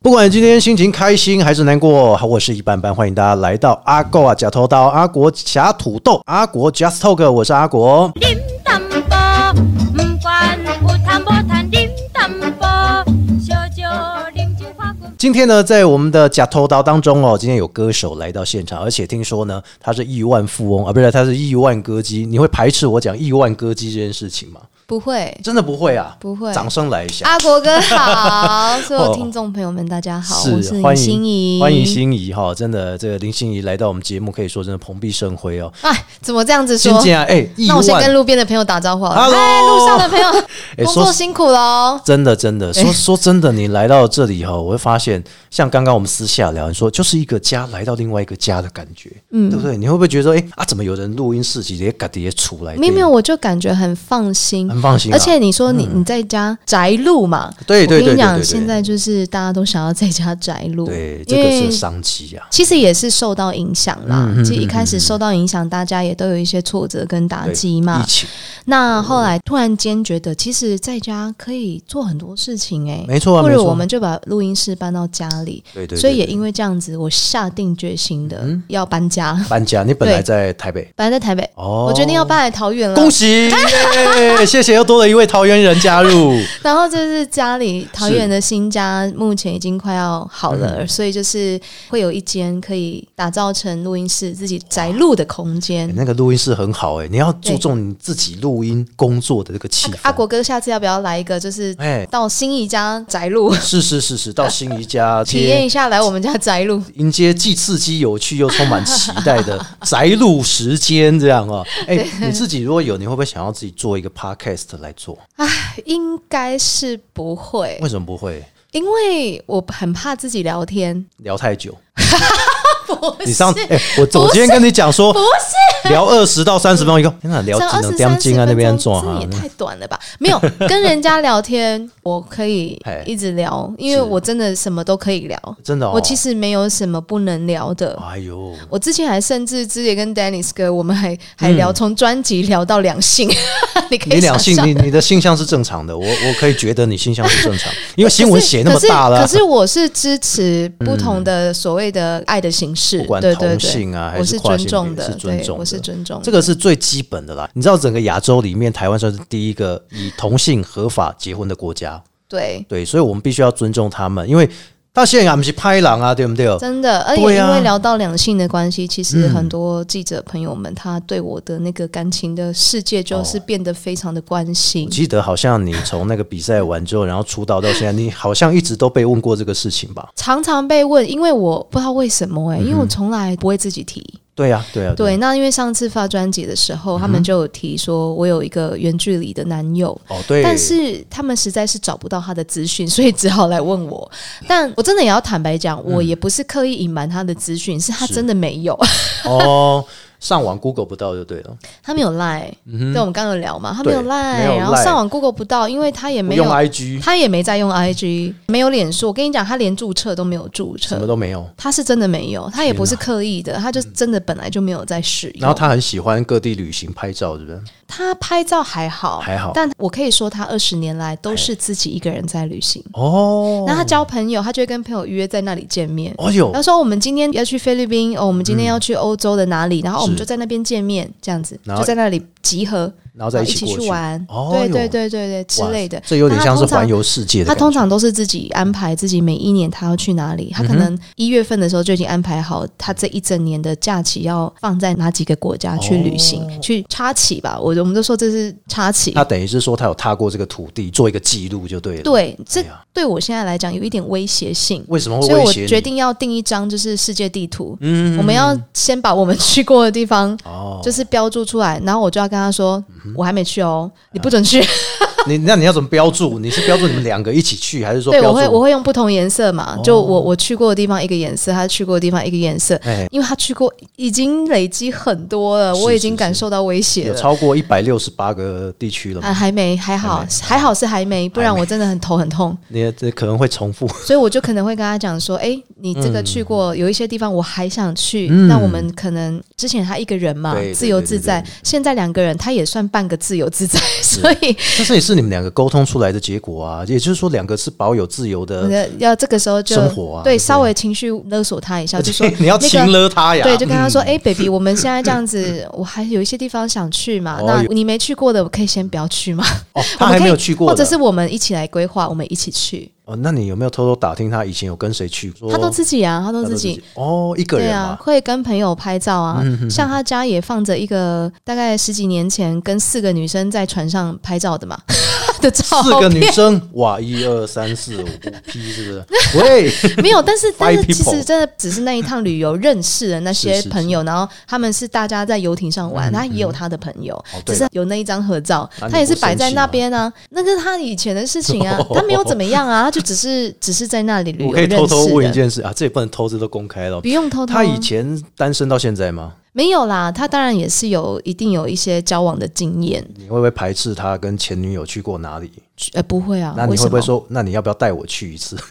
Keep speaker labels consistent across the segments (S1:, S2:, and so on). S1: 不管今天心情开心还是难过，我是一般般，欢迎大家来到阿狗啊假头刀阿国假土豆阿国 Just Talk，我是阿国。
S2: điểm tâm bò Mùm quan u tham bò than điểm tâm bò Cho cho điểm chữ khoa của
S1: 今天呢，在我们的假偷刀当中哦，今天有歌手来到现场，而且听说呢，他是亿万富翁啊，不是，他是亿万歌姬。你会排斥我讲亿万歌姬这件事情 吗？
S3: 不会，
S1: 真的不会啊，
S3: 不会啊
S1: 掌声来一下，
S3: 阿国哥好，所有听众朋友们大 家好，我是
S1: 欢
S3: 林心怡，
S1: 迎欢迎。心仪哈、真的这个林心仪来到我们节目，可以说真的蓬荜生辉哦。
S3: 哎，怎么这样子
S1: 先
S3: 说？
S1: 进来，哎，亿
S3: 那我先
S1: 万
S3: 跟路边的朋友打招呼好了。
S1: Hello
S3: 嗨，路上的朋友，
S1: 哎
S3: 工
S1: 说
S3: 作辛苦喽。
S1: 真的，真的，
S3: 哎
S1: 说说真的，你来到这里哈，我会发现，像刚刚我们私下聊，你说就是一个家来到另外一个家的感觉，嗯，对不对？你会不会觉得说，哎、啊，怎么有人录音室直接嘎直接出来？
S3: 没有没有，，我就感觉很放心。
S1: 很哎放心啊、
S3: 而且你说你、你在家宅录嘛？
S1: 对对
S3: 我
S1: 对对
S3: 跟
S1: 对
S3: 你讲，
S1: 对
S3: 现在就是大家都想要在家宅录，
S1: 对，这
S3: 因
S1: 个
S3: 为
S1: 是商机啊，
S3: 其实也是受到影响啦。
S1: 嗯嗯
S3: 其实一
S1: 嗯
S3: 开始受到影响，大家也都有一些挫折跟打
S1: 对
S3: 击嘛
S1: 疫。情，
S3: 那后来突然间觉得，其实在家可以做很多事情哎、
S1: 没错啊，
S3: 或
S1: 没
S3: 者
S1: 错啊，
S3: 我们就把录音室搬到家里，
S1: 对对对
S3: 所以也
S1: 对嗯
S3: 因为这样子，我下定决心的要搬家，
S1: 搬家，你本来
S3: 对
S1: 在台北，
S3: 本来在台北，
S1: 哦
S3: 我决定要搬来桃园了。
S1: 恭 喜，耶谢谢，又多了一位桃园人加入，
S3: 然后就是家里桃园的新家，目前已经快要好
S1: 嗯
S3: 了，所以就是会有一间可以打造成录音室、自己宅录的空
S1: 哎
S3: 间。
S1: 那个录音室很好哎、你要注
S3: 对
S1: 重你自己录音工作的这个气氛。啊
S3: 阿国哥，下次要不要来一个，就是
S1: 哎
S3: 到心仪家宅录，
S1: 是是是是，到心仪家
S3: 呃体验
S1: 接
S3: 一下来我们家宅录？
S1: 迎接既刺激、有趣又充满期待的宅录时间，这样 哦。哎、你自己如果有，你会不会想要自己做一个 podcast 来做？
S3: 应该是不会
S1: 为，什么不会
S3: 因为我很怕自己聊天。
S1: 聊太久？
S3: 不是，
S1: 你上哎、我我今天跟你讲说
S3: 不，是，
S1: 聊二十到三十分钟，一个天哪，聊
S3: 像
S1: 只
S3: 二
S1: 能
S3: 十
S1: 将
S3: 三
S1: 近啊那边做
S3: 这
S1: 哈
S3: 也。太短了吧？没有跟人家聊天，我可以
S1: 嘿
S3: 一直聊，因为
S1: 是
S3: 我真的什么都可以聊。
S1: 真的哦，
S3: 我其实没有什么不能聊的。
S1: 哎呦，
S3: 我之前还甚至之前跟 Dennis 哥，我们还还聊从专辑聊到两性， 你可
S1: 你
S3: 以
S1: 两
S3: 想
S1: 性
S3: 象。
S1: 你你的性向是正常的，我我可以觉得你性向是正 常，因为新闻写那么
S3: 可是
S1: 大了啊嗯
S3: 可是，可是我是支持不同的所谓的爱的形式，
S1: 不管
S3: 对对
S1: 同
S3: 对，
S1: 性啊还
S3: 我
S1: 是跨
S3: 尊
S1: 性
S3: 重
S1: 别
S3: 的，
S1: 是尊
S3: 对
S1: 重
S3: 我是
S1: 的
S3: 尊重的。
S1: 这个是最基本的啦。你知道整个亚洲里面，台湾算是第一个以同性合法结婚的国家，
S3: 对，
S1: 对，所以我们必须要尊重他们，因为到现在我们是拍狼啊，对不对？
S3: 真的，而且
S1: 对啊嗯
S3: 因为聊到两性的关系，其实很多记者朋友们，他对我的那个感情的世界，就是变得非常的关心
S1: 我。记得好像你从那个比赛完之后，然后出道到现在，你好像一直都被问过这个事情吧？
S3: 常常被问，因为我不知道为什
S1: 嗯
S3: 么哎、因为我从来不会自己提。
S1: 对呀、啊，对呀、啊，
S3: 对，那因为上次发专辑的时候，他
S1: 嗯
S3: 们就有提说我有一个远距离的男友，
S1: 哦对，
S3: 但是他们实在是找不到他的资讯，所以只好来 问我。但我真的也要坦白讲，我也不是刻意隐瞒他的资讯，是他
S1: 嗯是
S3: 真的没有。
S1: 哦，上网 Google 不到就对了，
S3: 他没有赖，对，我们刚刚有聊嘛，他没有
S1: 嗯对
S3: 赖
S1: 没有，
S3: 然后
S1: Line
S3: 上网 Google 不到，因为他也
S1: 不
S3: 没
S1: 用
S3: 有，
S1: IG，
S3: 他也没在用 IG，没有脸书。我跟你讲，他连注册都没有注
S1: 什么
S3: 册，
S1: 都没有。
S3: 他是真的没有，他也不是刻意的，他就真的本来就没有在使用。
S1: 然后他很喜欢各地旅行拍照，是不是？
S3: 他拍照还好，
S1: 还好
S3: 但我可以说他二十年来都是自己一个人在旅行。
S1: 哦，
S3: 然后他交朋友，他就会跟朋友约在那里见面。
S1: 哦哟
S3: 他，说：“我们今天要去菲律宾，哦，我们今天要去欧洲的哪里？然后我们
S1: 嗯是
S3: 就在那边见面，这样子
S1: 然后
S3: 就在那里集合，
S1: 然后再一
S3: 一
S1: 起过
S3: 去玩，
S1: 哦
S3: 对
S1: 哟
S3: 对对对对之
S1: 哇
S3: 类的。
S1: 这有点
S3: 那他
S1: 像是
S3: 通常
S1: 环游世界的
S3: 他
S1: 感觉。
S3: 通常都是自己安排自己每一年他要去哪里，他可能一月份的时候就已经安排好他这一整年的假期要放在哪几个国家去旅行，
S1: 哦
S3: 去插旗吧。我我们都说这是插旗。
S1: 他等于是说他有踏过这个土地，做一个记录就对了。，
S3: 对，这
S1: 哎呀
S3: 对我现在来讲有一点威胁性，
S1: 为什么会
S3: 所以
S1: 威
S3: 我
S1: 胁你？
S3: 决定要定一张就是世界地图。
S1: 嗯
S3: 我们要先把我们去过的地方
S1: 哦，嗯
S3: 就是标注出来，然后我就要跟他说，我还没去哦，你不准去。
S1: 啊你那你要怎么标注？你是标注你们两个一起去，还是说
S3: 对，
S1: 标注？
S3: 我
S1: 哦
S3: 会我会用不同颜色嘛，就我我去过的地方一个颜色，他去过的地方一个颜色，
S1: 哎
S3: 因为他去过已经累积很多了，
S1: 是
S3: 我已
S1: 是
S3: 经感
S1: 是
S3: 受到威胁
S1: 有
S3: 了。
S1: 超过一百六十八个地区了
S3: 啊，
S1: 吗？
S3: 还没，还好，还好是还没，不然我真的很头很痛，
S1: 你这可能会重 复。
S3: 所以我就可能会跟他讲说，哎、你这个去过，有一些地方我还想去，
S1: 嗯
S3: 那我们可能之前他一个人嘛
S1: 对对，
S3: 自由自在
S1: 对对，
S3: 现在两个人，他也算半个自由自在，所以
S1: 这是你是你们两个沟通出来的结果啊，也就是说两个是保有自由
S3: 我觉
S1: 的，
S3: 得要这个时候就
S1: 嗯生活啊对不对
S3: 对，稍微情绪勒索他一下，就说
S1: 你要
S3: 那个
S1: 亲了他呀，嗯
S3: 对，就跟 他说：“哎、b a b y 我们现在这样子，我还有一些地方想去嘛。
S1: 哦
S3: 那
S1: 有
S3: 你没去过的，我可以先不要去嘛。
S1: 哦，
S3: 我
S1: 他
S3: 们
S1: 还
S3: 可
S1: 没
S3: 以
S1: 有去过的，
S3: 或者是我们一起来规划，我们一起去。
S1: 哦，那你有没有偷偷打听他以前有跟谁去？说
S3: 他都自己啊，他
S1: 他
S3: 都
S1: 都
S3: 自己。
S1: 哦，一个
S3: 对
S1: 人嗯
S3: 啊，
S1: 嘛，
S3: 会跟朋友拍照啊，像他家也放着一个大概十几年前跟四个女生在船上拍照的嘛 的照
S1: 四个女
S3: 片，
S1: 生，哇，一二三四五五 P 是不是？喂，
S3: 没有，但是但
S1: Five
S3: 是其
S1: people
S3: 实真的只是那一趟旅游认识的那
S1: 是
S3: 些
S1: 是
S3: 朋友，然后他们是大家在游艇上玩，他也有他的朋友，
S1: 哦
S3: 只
S1: 对
S3: 是
S1: 了
S3: 有那一张合照，
S1: 那你
S3: 他也是
S1: 不
S3: 摆
S1: 生
S3: 在
S1: 气
S3: 那
S1: 吗
S3: 边啊，那是他以前的事情 啊，他没有怎么样啊，他就只是 只是在那里旅游
S1: 我可以
S3: 认识的，
S1: 偷偷问一件事啊，这也不能偷，这都公开了
S3: 不。用偷偷啊，
S1: 他以前单身到现在吗？
S3: 没有啦，他当然也是有一定有一些交往的经验。
S1: 你会不会排斥他跟前女友去过哪里？
S3: 呃，不会啊，
S1: 那
S3: 为
S1: 你
S3: 什
S1: 会
S3: 么
S1: 不会说，那你要不要带我去一次？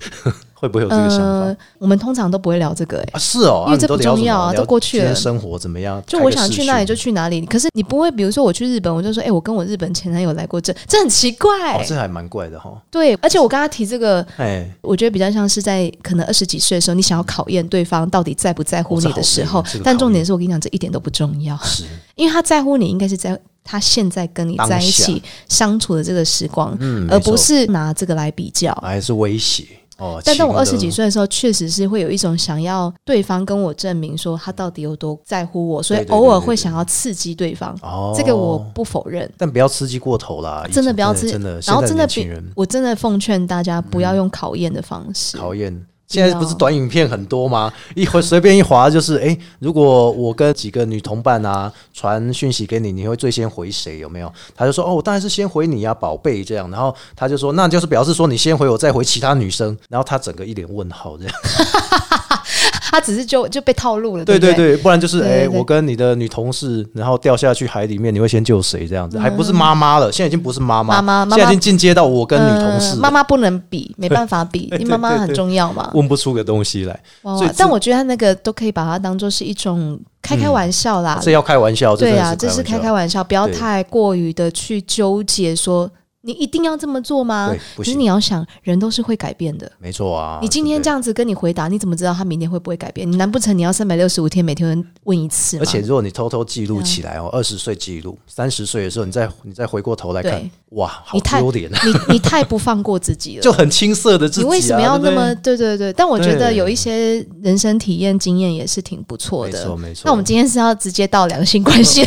S1: 会不会有这个想法
S3: 呃？，我们通常都不会聊这个、欸，
S1: 啊，是哦，
S3: 因为
S1: 啊你
S3: 这
S1: 都
S3: 不
S1: 聊
S3: 重
S1: 什么
S3: 要啊
S1: 聊
S3: 都过去
S1: 今天
S3: 了
S1: 生活怎么样？
S3: 就
S1: 开
S3: 我
S1: 个
S3: 想
S1: 视
S3: 去哪里就
S1: 讯
S3: 去哪里。可是你不会，比如说我去日本，我就说，哎、我跟我日本前男友来过这，这很奇怪、
S1: 哦，这还蛮怪的哈。
S3: 对，而且我刚刚提这个，
S1: 哎，
S3: 我觉得比较像是在可能二十几岁的时候，你想要考验对方到底在不在乎
S1: 哦
S3: 你
S1: 这好
S3: 的时
S1: 累啊
S3: 候。
S1: 这个
S3: 但
S1: 考
S3: 重点
S1: 验
S3: 是我跟你讲，这一点都不重要，
S1: 是
S3: 因为他在乎你，应该是在他现在跟你
S1: 当
S3: 在一
S1: 下
S3: 起相处的这个时光，
S1: 嗯没
S3: 而不
S1: 错啊
S3: 是拿这个来比较。
S1: 还是威胁哦。
S3: 但当我
S1: 亲
S3: 二
S1: 的
S3: 十几岁的时候，确实是会有一种想要对方跟我证明说他到底有多在乎我，所以
S1: 对对
S3: 偶尔
S1: 对对
S3: 会
S1: 对
S3: 想要刺激对方。
S1: 哦，
S3: 这个我不否认，
S1: 但不要刺激过头啦，
S3: 真的不要刺激
S1: 真的，
S3: 然后
S1: 现
S3: 真
S1: 在
S3: 的
S1: 年轻
S3: 比
S1: 人
S3: 我真的奉劝大家不要用考验的方式。
S1: 讨厌。现在不是短影片很多吗？
S3: 哦
S1: 一 会随便一划就是，哎、如果我跟几个女同伴啊传讯息给你，你会最先回谁？有没有？他就说，哦，我当然是先回你呀、宝贝这样。然后他就说，那就是表示说你先回我，再回其他女生。然后他整个一脸问号这 样。
S3: 他啊只是就就被套路了，
S1: 对
S3: 不对
S1: 对对，不然就是
S3: 对
S1: 哎、
S3: 对对
S1: 我跟你的女同事，然后掉下去海里面，你会先救谁？这样子，还不是妈妈了，现在已经不是妈妈，
S3: 嗯妈妈妈妈
S1: 现在已经进阶到我跟女同事
S3: 呃
S1: 了，
S3: 妈妈不能 比，没办法比，因为妈妈
S1: 对对
S3: 很重要嘛。
S1: 问不出个东西来，所以
S3: 哇
S1: 这！
S3: 但我觉得他那个都可以把它当做是一种开
S1: 嗯
S3: 开玩笑啦，
S1: 这要开玩笑，
S3: 啊对
S1: 啊，
S3: 啊，这是开开玩笑，不要
S1: 对
S3: 太过于的去纠结说你一定要这么做吗
S1: 对？不
S3: 可
S1: 行
S3: 是你要想，人都是会改变的。
S1: 没错啊，
S3: 你今天这
S1: 样。
S3: 样子跟你回答，你怎么知道他明天会不会改变？你难不成你要三百六十五天每天问一次吗？嗯
S1: 而且，如果你偷偷记录起来哦，二十岁记录，三十岁的时候，你再你再回过头来看
S3: 对，
S1: 哇，好
S3: 你太
S1: 丢 脸啊，
S3: 你你太不放过 自己了。
S1: 就很青涩的自己、
S3: 你
S1: 啊。
S3: 为什么要那么对对对？但我觉得
S1: 对
S3: 有一些人生体验经验也是挺不错
S1: 对不对？没错
S3: 的。
S1: 没错。
S3: 那我们今天是要直接到两性关 系，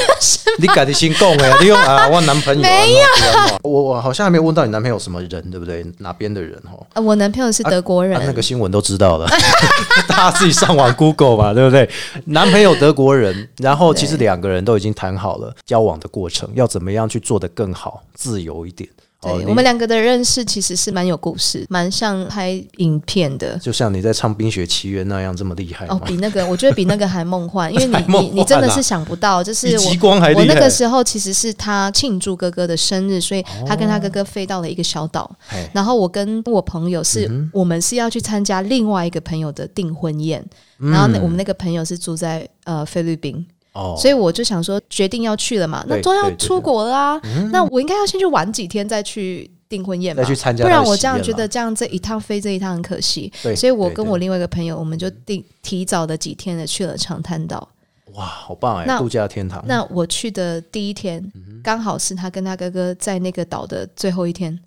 S1: 你改的心供 哎，你用啊，我男朋友没有，我哦 我好像还没有问到你男朋友什么人，对不对？哪边的人哦？
S3: 呃我男朋友是德国人
S1: 啊，，那个新闻都知道了， 大家自己上网 Google 嘛，对不对？男朋友德国人，然后其实两个人都已经谈好了交往的过程，要怎么样去做得更好，自由一点。哦
S3: 对，
S1: 你
S3: 我们两个的认识其实是蛮有故事，蛮像拍影片的。
S1: 就像你在唱《冰雪奇缘》那样这么厉害
S3: 哦，
S1: 吗？
S3: 比那个我觉得比那个还梦幻，因为你
S1: 还梦
S3: 你你真的
S1: 幻啊
S3: 是想不到，就是
S1: 比
S3: 我
S1: 极光还
S3: 我
S1: 厉
S3: 那
S1: 害
S3: 个。时候其实是他庆祝哥哥的生日，所以他跟他哥哥飞到了一个小岛。
S1: 哦嘿嗯
S3: 然后我跟我朋友是，我们是要去参加另外一个朋友的订婚宴，
S1: 嗯
S3: 然后那我们那个朋友是住在呃菲律宾，
S1: 哦，
S3: 所以我就想说决定要去了嘛，那
S1: 对
S3: 都要
S1: 对对对嗯
S3: 出国了啊，那我应该要先去玩几天再去订婚宴吧
S1: 再去，参加
S3: 不
S1: 他的喜宴
S3: 然
S1: 嘛，
S3: 我这样觉得这样这一趟飞这一趟很可惜，
S1: 对，
S3: 所以我跟我
S1: 对嗯
S3: 另外一个朋友，我们就订提早的几天的去了长滩岛。
S1: 对哇，好棒哎，
S3: 那
S1: 度假天堂。
S3: 那我去的第一天，
S1: 嗯
S3: 刚好是他跟他哥哥在那个岛的最后一天。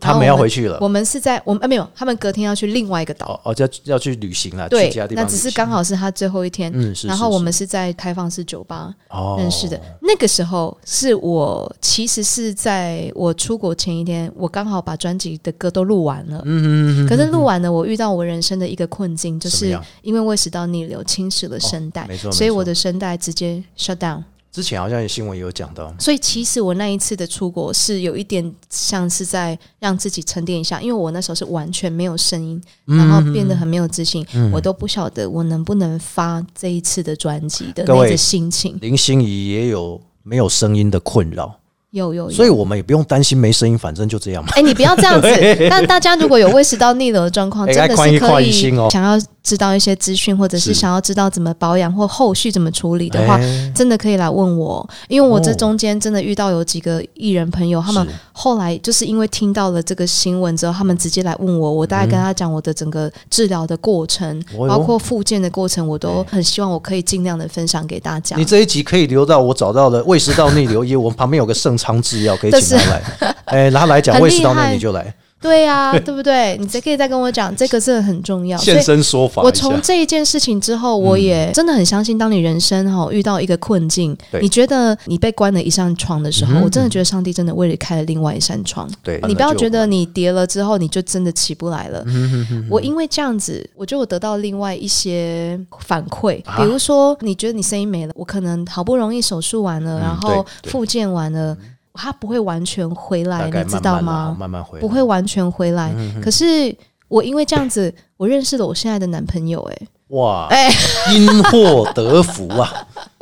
S1: 他们要回去了
S3: 我，们是在我们啊没有，他们隔天要去另外一个岛。
S1: 哦哦，要要去旅行了，
S3: 对
S1: 去其他，地
S3: 那
S1: 方
S3: 只是
S1: 旅行
S3: 刚好是他最后一天。
S1: 嗯是，
S3: 然后
S1: 是
S3: 我们是在开放式酒吧
S1: 哦
S3: 认嗯识的。那个时候是我其实是在我出国前一天，我刚好把专辑的歌都录完了。
S1: 嗯嗯嗯嗯，
S3: 可是录完了，我遇到我人生的一个困境，就
S1: 什么
S3: 是
S1: 样哦
S3: 因为胃食道逆流侵蚀了声带
S1: 没错，没
S3: 所以我
S1: 错
S3: 的声带直接 shut down。
S1: 之前好像新闻有讲到，
S3: 所以其实我那一次的出国是有一点像是在让自己沉淀一下，因为我那时候是完全没有声音，
S1: 嗯
S3: 然后变得很没有自信，我都不晓得我能不能发这一次的专辑的
S1: 各位
S3: 那个心情。
S1: 林心怡也有没有声音的困扰，
S3: 有有有，
S1: 所以我们也不用担心没声音，反正就这 样嘛。
S3: 哎、你不要这样子。但大家如果有胃食道逆流的状况，
S1: 哎
S3: 真的
S1: 宽一
S3: 是可
S1: 宽一
S3: 以
S1: 心哦
S3: 想要知道一些资讯，或者
S1: 是
S3: 是想要知道怎么保养或后续怎么处理的话，
S1: 哎
S3: 真的可以来问我，因为我这
S1: 哦
S3: 中间真的遇到有几个艺人朋友，他们
S1: 是
S3: 后来就是因为听到了这个新闻之后，他们直接来问我，我大概跟他讲我的整个治疗的过程，
S1: 嗯哦哟哎
S3: 包括复健的过程，我都很希望我可以尽量的分享给大家
S1: 你。这一集可以留到我找到了胃食道逆流医，我们旁边有个盛昌制药，可 以请他来。哎，然后来讲
S3: 很厉
S1: 胃食道
S3: 害
S1: 逆，你就来
S3: 对呀、对不对？你再可以再跟我讲，这个是很重要。所以
S1: 现身说法
S3: 我
S1: 一下。嗯
S3: 从这一件事情之后，我也真的很相信，当你人生哈、遇到一个困境，
S1: 对
S3: 你觉得你被关了一扇窗的时
S1: 嗯
S3: 候，
S1: 哼
S3: 我真的觉得上帝真的为你开了另外一扇窗。
S1: 对，
S3: 你不要觉得你跌了之后你就真的起不来
S1: 嗯
S3: 了。我因为这样子，我觉得我得到另外一些反馈，
S1: 啊
S3: 比如说你觉得你声音没了，我可能好不容易手术完了，
S1: 嗯
S3: 然后
S1: 对对
S3: 复健完了，它不会完全回
S1: 大
S3: 来，
S1: 概
S3: 你知
S1: 慢
S3: 道
S1: 慢啦
S3: 吗？
S1: 慢慢回来，嗯
S3: 不会完全回来。可是我因为这样子， 我认识了我现在的男朋友、哎，
S1: 哇，
S3: 哎
S1: 因祸得福啊，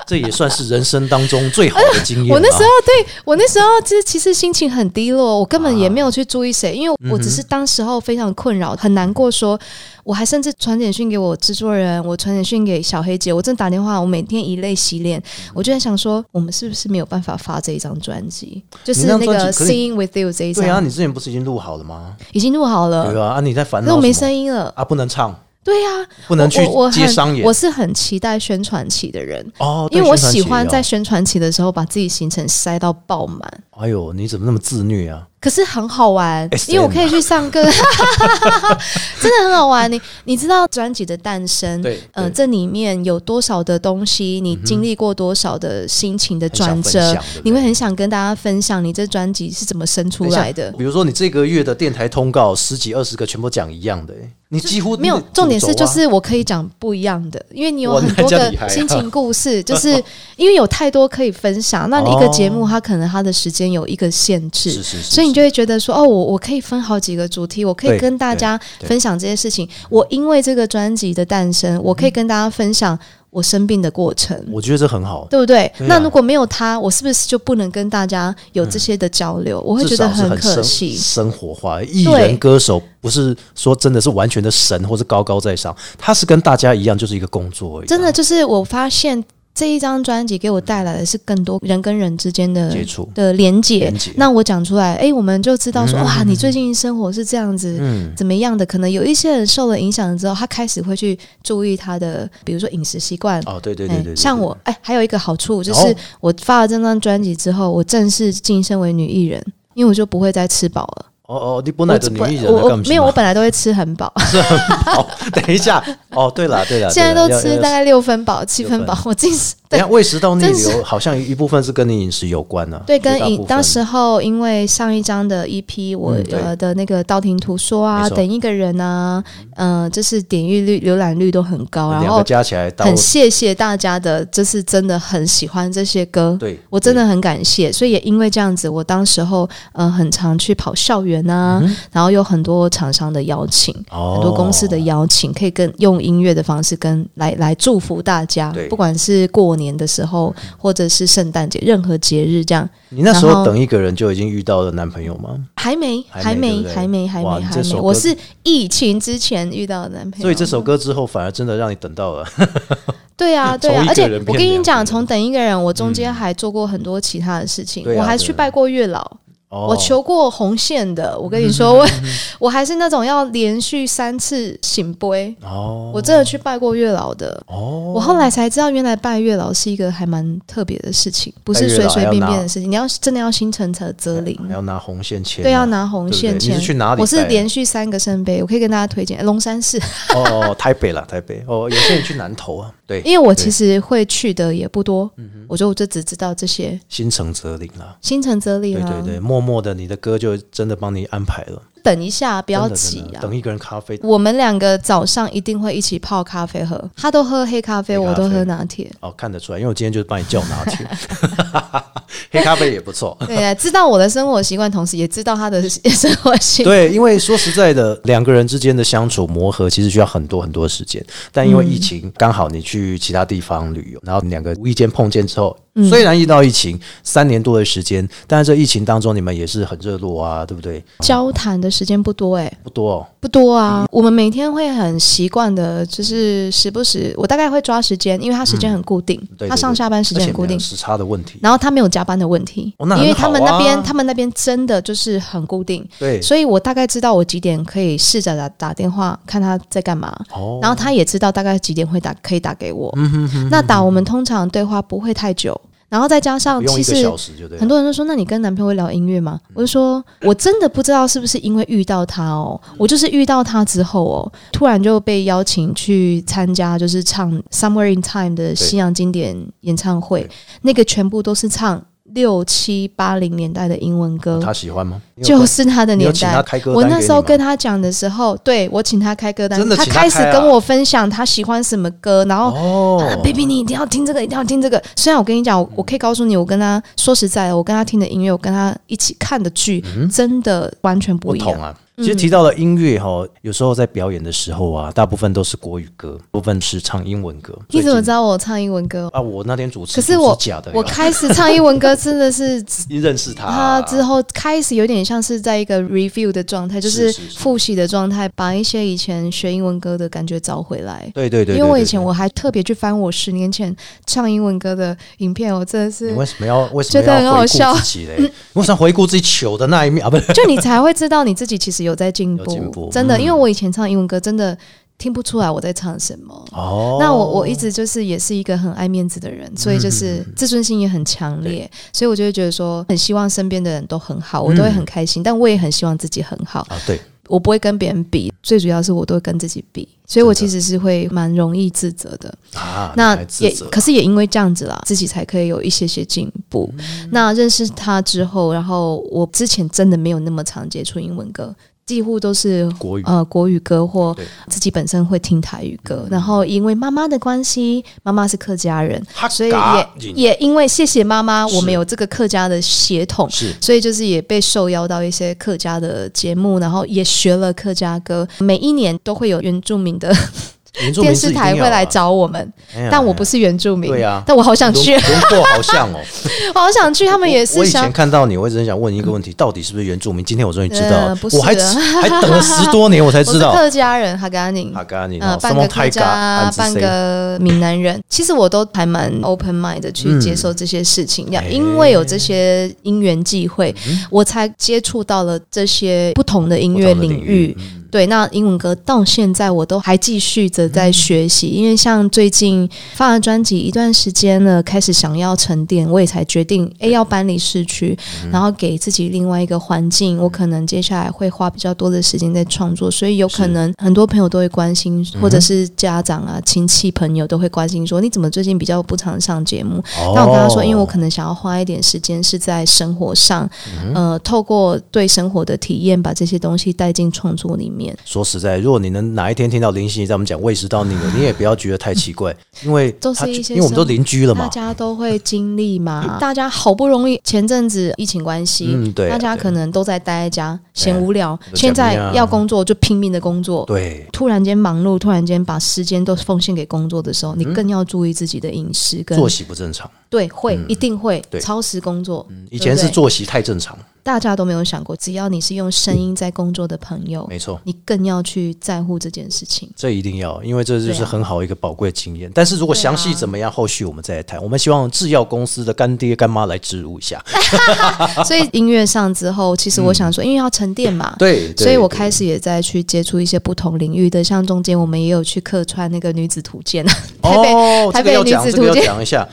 S1: 这也算是人生当中最好的经验、啊。
S3: 我那时候对我那时候其实其实心情很低落，我根本也没有去注意谁，因为
S1: 嗯
S3: 我只是当时候非常困扰，很难过说，我还甚至传简讯给我制作人，我传简讯给小黑姐，我正打电话，我每天以泪洗脸，
S1: 嗯
S3: 我就在想说，我们是不是没有办法发这一张专辑，就是那
S1: 你那张专
S3: 个《
S1: 辑可是
S3: Sing with You》这一
S1: 对啊，
S3: 张
S1: 你之前不是已经录好了吗？
S3: 已经录好了，
S1: 对啊，啊你在烦
S3: 可
S1: 恼
S3: 是
S1: 什
S3: 我
S1: 么
S3: 没声音了，
S1: 啊，不能唱，
S3: 对啊呀，
S1: 不能去
S3: 我我
S1: 接商
S3: 很
S1: 演
S3: 我是很期待宣传期的人。
S1: 哦，对
S3: 因为我
S1: 宣传
S3: 喜
S1: 期
S3: 欢
S1: 哦
S3: 在宣传期的时候把自己行程塞到爆满，
S1: 哎呦，你怎么那么自虐啊？
S3: 可是很好玩
S1: SM，
S3: 因为我可以去上 课， 真的很好玩。你你知道专辑的诞生，
S1: 对
S3: 呃，
S1: 对嗯
S3: 这里面有多少的东西，你经历过多少的心情的转
S1: 很想分
S3: 折
S1: 享对不对，
S3: 你会很想跟大家分享你这专辑是怎么生出来的。
S1: 比如说你这个月的电台通告十几二十个全部讲一样的、哎你几乎
S3: 没有
S1: 主轴，啊
S3: 重点是就是我可以讲不一样的，因为你有
S1: 哇
S3: 很
S1: 那
S3: 多
S1: 这样厉害
S3: 个
S1: 啊
S3: 心情故事，就是因为有太多可以分享。那你一个节目，它可能它的时间有一个限制，
S1: 是是是
S3: 所以你就会觉得说，哦，我我可以分好几个主题，我可以
S1: 对
S3: 跟大家
S1: 对
S3: 分享这些事情。我因为这个专辑的诞生，我可以跟大家分享我生病的过程。
S1: 我觉得这很好，
S3: 嗯对不对？
S1: 对啊
S3: 那如果没有他，我是不是就不能跟大家有这些的交流？我会
S1: 至
S3: 觉得
S1: 少是很
S3: 可
S1: 生
S3: 惜。
S1: 生活化。艺
S3: 对
S1: 人歌手不是说真的是完全的神或是高高在上，他是跟大家一样，就是一个工作而已啊、
S3: 真的就是我发现这一张专辑给我带来的是更多人跟人之间的
S1: 接触
S3: 的连接
S1: 连结。
S3: 那我讲出来，哎、我们就知道说，哇，你最近生活是这样子。
S1: 嗯，
S3: 怎么样的？可能有一些人受了影响之后，他开始会去注意他的，比如说饮食习惯。
S1: 哦，对对
S3: 哎，
S1: 对对对对
S3: 像我，哎、还有一个好处就
S1: 哦
S3: 是，我发了这张专辑之后，我正式晋升为女艺人，因为我就不会再吃饱了。
S1: 哦哦，你本来的女艺人啊
S3: 我我
S1: 干嘛
S3: 没有，我本来都会吃很饱，
S1: 哦，等一下，哦，对了 对了，
S3: 现在
S1: 对
S3: 都
S1: 啦要
S3: 吃
S1: 要
S3: 大概六分饱、七
S1: 六
S3: 分
S1: 分
S3: 饱，我晋升
S1: 等一下胃食道逆
S3: 真是
S1: 流好像一部分是跟你饮食有关呢、啊，
S3: 对，
S1: 绝大
S3: 跟
S1: 部
S3: 影
S1: 分
S3: 当时候因为上一张的 EP，我、
S1: 嗯对
S3: 呃的那个道听途说
S1: 没
S3: 啊，
S1: 错
S3: 等一个人啊，嗯、呃，就是点阅率、浏览率都很高，然
S1: 两个
S3: 后
S1: 加起来到
S3: 很谢谢大家的，就是真的很喜欢这些歌。
S1: 对，
S3: 我真的很感谢，所以也因为这样子，我当时候呃很常去跑校园啊，
S1: 嗯
S3: 然后有很多厂商的邀请，
S1: 哦
S3: 很多公司的邀请，可以跟用音乐的方式跟来来祝福大家
S1: 对，
S3: 不管是过年的时候，或者是圣诞节，任何节日这样。
S1: 你那时
S3: 然
S1: 候
S3: 后
S1: 等一个人就已经遇到了男朋友吗？
S3: 还没，
S1: 还
S3: 还
S1: 没
S3: 没，
S1: 对不对
S3: 还没，还
S1: 哇
S3: 没，
S1: 你
S3: 还
S1: 这首
S3: 没。
S1: 歌
S3: 我是疫情之前遇到的男朋友，
S1: 所以这首歌之后反而真的让你等到了，
S3: 对啊，对
S1: 从
S3: 啊
S1: 一。个
S3: 而且
S1: 人变
S3: 我跟你
S1: 两个
S3: 讲，
S1: 人
S3: 从等一个人，我中间还做过很多其他的事情，
S1: 对啊
S3: 我还
S1: 对啊
S3: 去拜过月老，
S1: 哦，
S3: 我求过红线的。我跟你说，我 我还是那种要连续三次醒杯，
S1: 哦
S3: 我真的去拜过月老的。
S1: 哦，
S3: 我后来才知道，原来拜月老是一个还蛮特别的事情，不是
S1: 拜月
S3: 随
S1: 老
S3: 随
S1: 还要
S3: 便
S1: 拿
S3: 便的事情。你要真的要心诚则则灵，
S1: 还要拿红线牵啊，
S3: 对，要拿红
S1: 对不
S3: 线
S1: 对你
S3: 签
S1: 是。去哪里拜啊？
S3: 我是连续三个圣杯，我可以跟大家推荐哎龙山寺，
S1: 哦哦台北啦，台北哦，有些人去南投啊，对，
S3: 因为我其
S1: 对嗯
S3: 实会去的也不多，我就我就只知道这些，
S1: 心诚则灵啦，
S3: 心诚则灵
S1: 对
S3: 啊。
S1: 对对，默默的你的歌就真的帮你安排了，
S3: 等一下，不
S1: 不
S3: 要急啊。
S1: 等一个人咖啡
S3: 我们两个早上一定会一起泡咖啡喝，他都喝黑咖啡，
S1: 黑咖啡
S3: 我都喝 拿铁。
S1: 哦，看得出来，因为我今天就是帮你叫拿铁， 黑咖啡也不错。
S3: 对啊，知道我的生活习惯，同时也知道他的 生活习惯。
S1: 对，因为说实在的，两个人之间的相处磨合其实需要很多很多时间，但因为疫情，刚好你去其他地方旅
S3: 嗯
S1: 游，然后你两个无意间碰见之后，虽然遇到疫情三年多的时间，但是这疫情当中你们也是很热络啊，对不对？
S3: 交谈的时间不多哎、
S1: 不多哦，
S3: 不多啊，我们每天会很习惯的，就是时不时我大概会抓时间，因为他时间很固定，
S1: 嗯对对
S3: 他上下班时
S1: 而
S3: 间
S1: 且
S3: 很固
S1: 没有
S3: 定，
S1: 时差的问题。
S3: 然后他没有加班的问题，
S1: 哦那很
S3: 因为他们
S1: 好啊
S3: 那边他们那边真的就是很固定，
S1: 对，
S3: 所以我大概知道我几点可以试着打打电话看他在干嘛，
S1: 哦，
S3: 然后他也知道大概几点会打可以打给我，
S1: 嗯哼哼，
S3: 那打我们通常对话不会太久，然后再加上
S1: 不用
S3: 其
S1: 一个
S3: 实
S1: 小时就对了，嗯
S3: 很多人都说，那你跟男朋友会聊音乐吗？我就说，我真的不知道是不是因为遇到他哦，我就是遇到他之后哦，突然就被邀请去参加，就是唱《Somewhere in Time》的西洋经典演唱会
S1: 对，
S3: 那个全部都是唱六七八零年代的英文歌，
S1: 哦他喜欢吗？你有
S3: 就是他的
S1: 你有
S3: 年
S1: 请他
S3: 代。
S1: 开歌单
S3: 我那
S1: 给
S3: 时候
S1: 你吗
S3: 跟他讲的时候，对我请他开歌单
S1: 真，的
S3: 他
S1: 请他
S3: 开始
S1: 开啊
S3: 跟我分享他喜欢什么歌，然后啊
S1: 哦，
S3: ，baby，你一定要听这个，一定要听这个。虽然我跟你讲，我我可以告诉你，我跟他说实在的，我跟他听的音乐，我跟他一起看的剧，真的完全不
S1: 嗯不
S3: 一
S1: 同
S3: 样。嗯
S1: 啊。其实提到了音乐哈、有时候在表演的时候啊，大部分都是国语歌，部分是唱英文歌。
S3: 你怎么知
S1: 道
S3: 道我唱英文歌？
S1: 啊？我那天主持
S3: 可是
S1: 主
S3: 我
S1: 假的，
S3: 我开始唱英文歌真 的是
S1: 已经认识他啊
S3: 他之后开始有点像是在一个 review 的状态，就是是
S1: 是是
S3: 复习的状态，把一些以前学英文歌的感觉找回来。
S1: 对对对
S3: 因为我以前
S1: 对
S3: 我还特别去翻我十年前唱英文歌的影片，我真的
S1: 对
S3: 是
S1: 你为什么要为什
S3: 觉
S1: 么
S3: 得很
S1: 要
S3: 好
S1: 回
S3: 笑
S1: 顾自己嘞？你为什么要回顾自己糗的那一面啊？不是，
S3: 就你才会知道你自己其实有在进步，
S1: 有进步
S3: 真的。
S1: 嗯
S3: 因为我以前唱英文歌，真的听不出来我在唱什么。
S1: 哦，嗯
S3: 那我我一直就是也是一个很爱面子的人，所以就是自尊心也很强烈，所以我就会觉得说，很希望身边的人都很好，
S1: 嗯
S3: 我都会很开心，但我也很希望自己很好，
S1: 啊，对，
S3: 我不会跟别人比，最主要是我都会跟自己比，所以我
S1: 真
S3: 其
S1: 的
S3: 实是会蛮容易自责的。
S1: 啊，
S3: 那
S1: 你还自
S3: 也
S1: 责
S3: 可是也因为这样子啦，自己才可以有一些些进步。
S1: 嗯
S3: 那认识他之后，然后我之前真的没有那么常接触英文歌，几乎都是。
S1: 国语
S3: 呃，国语歌或
S1: 对嗯
S3: 自己本身会听台语歌，然后因为妈妈的关系，妈妈是客家人，
S1: 哈
S3: 所以
S1: 啊嘎
S3: 也也因为谢谢妈妈，
S1: 是
S3: 我们有这个客家的血统，
S1: 是
S3: 所以就是也被受邀到一些客家的节目，然后也学了客家歌。每一年都会有原住民的
S1: 原住民
S3: 电
S1: 是
S3: 视
S1: 一定
S3: 台会
S1: 要
S3: 来
S1: 啊，
S3: 找我们，
S1: 哎呀
S3: 但我不是原住民，
S1: 对啊
S3: 但我好想去
S1: 轮，轮廓好像哦，
S3: 我好想去，他们也
S1: 我
S3: 是
S1: 以
S3: 想
S1: 前。看到你，我一直很想问一个问题，到底是不是原住民？今天我终于知道
S3: 呃
S1: 了
S3: 不，是
S1: 我还
S3: 的
S1: 还等了十多年我才
S3: 我
S1: 知
S3: 是
S1: 道。
S3: 客家人，哈嘎宁，
S1: 哈嘎尼，
S3: 呃，
S1: 什
S3: 半
S1: 么
S3: 个
S1: 泰
S3: 客
S1: 嘎
S3: 家，，
S1: 安之
S3: 半
S1: 塞
S3: 个闽南人。其实我都还蛮 open mind 的去接受这些事情，这样、
S1: 嗯哎
S3: 因为有这些因缘际会，
S1: 嗯
S3: 我才接触到了这些不同的音乐
S1: 不同的
S3: 领
S1: 领域嗯
S3: 域。对，那英文歌到现在我都还继续着在学习，
S1: 嗯
S3: 因为像最近发了专辑一段时间了，开始想要沉淀，我也才决定哎要搬离市区，
S1: 嗯
S3: 然后给自己另外一个环境。我可能接下来会花比较多的时间在创作，所以有可能很多朋友都会关心，
S1: 嗯
S3: 或者是家长啊、亲戚、朋友都会关心说你怎么最近比较不常上节目？
S1: 哦
S3: 但我跟他说，因为我可能想要花一点时间是在生活上，
S1: 嗯
S3: 呃，透过对生活的体验，把这些东西带进创作里面。
S1: 说实在，如果你能哪一天听到林夕在我们讲胃食道逆流，你也不要觉得太奇怪，因为
S3: 都是
S1: 他
S3: 一些
S1: 因为我们都
S3: 生
S1: 邻居了
S3: 大
S1: 嘛。
S3: 家都会经历嘛，大家好不容易前阵子疫情关系，
S1: 嗯对啊
S3: 大家
S1: 对
S3: 可能都在待在家，嫌
S1: 对
S3: 无聊，
S1: 都
S3: 现在
S1: 讲不一样
S3: 要工作就拼命的工作。
S1: 啊对，
S3: 突然间忙碌，突然间把时间都奉献给工作的时候，你更要注意自己的饮食跟
S1: 嗯作息不正常，
S3: 对，会、一定会
S1: 对嗯
S3: 超时工作。
S1: 以前是作息太正常，
S3: 大家都没有想过，只要你是用声音在工作的朋友，
S1: 嗯没错。
S3: 你更要去在乎这件 事情。
S1: 这一定要，因为这就
S3: 对
S1: 是
S3: 啊
S1: 很好一个宝贵的经验。但是如果详细怎么样，后续我们再来谈。我们希望制药公司的干爹干妈来植入一 下。
S3: 所以音乐上之后，其实我想说，因为要沉淀嘛，
S1: 对，对
S3: 所以我
S1: 对
S3: 开始也在去接触一些不同领域的，像中间我们也有去客串那个女子图 鉴，台北、
S1: 哦，
S3: 台
S1: 这个
S3: 北
S1: 要
S3: 女
S1: 讲，
S3: 子
S1: 这个
S3: 图
S1: 要
S3: 鉴，
S1: 讲一 下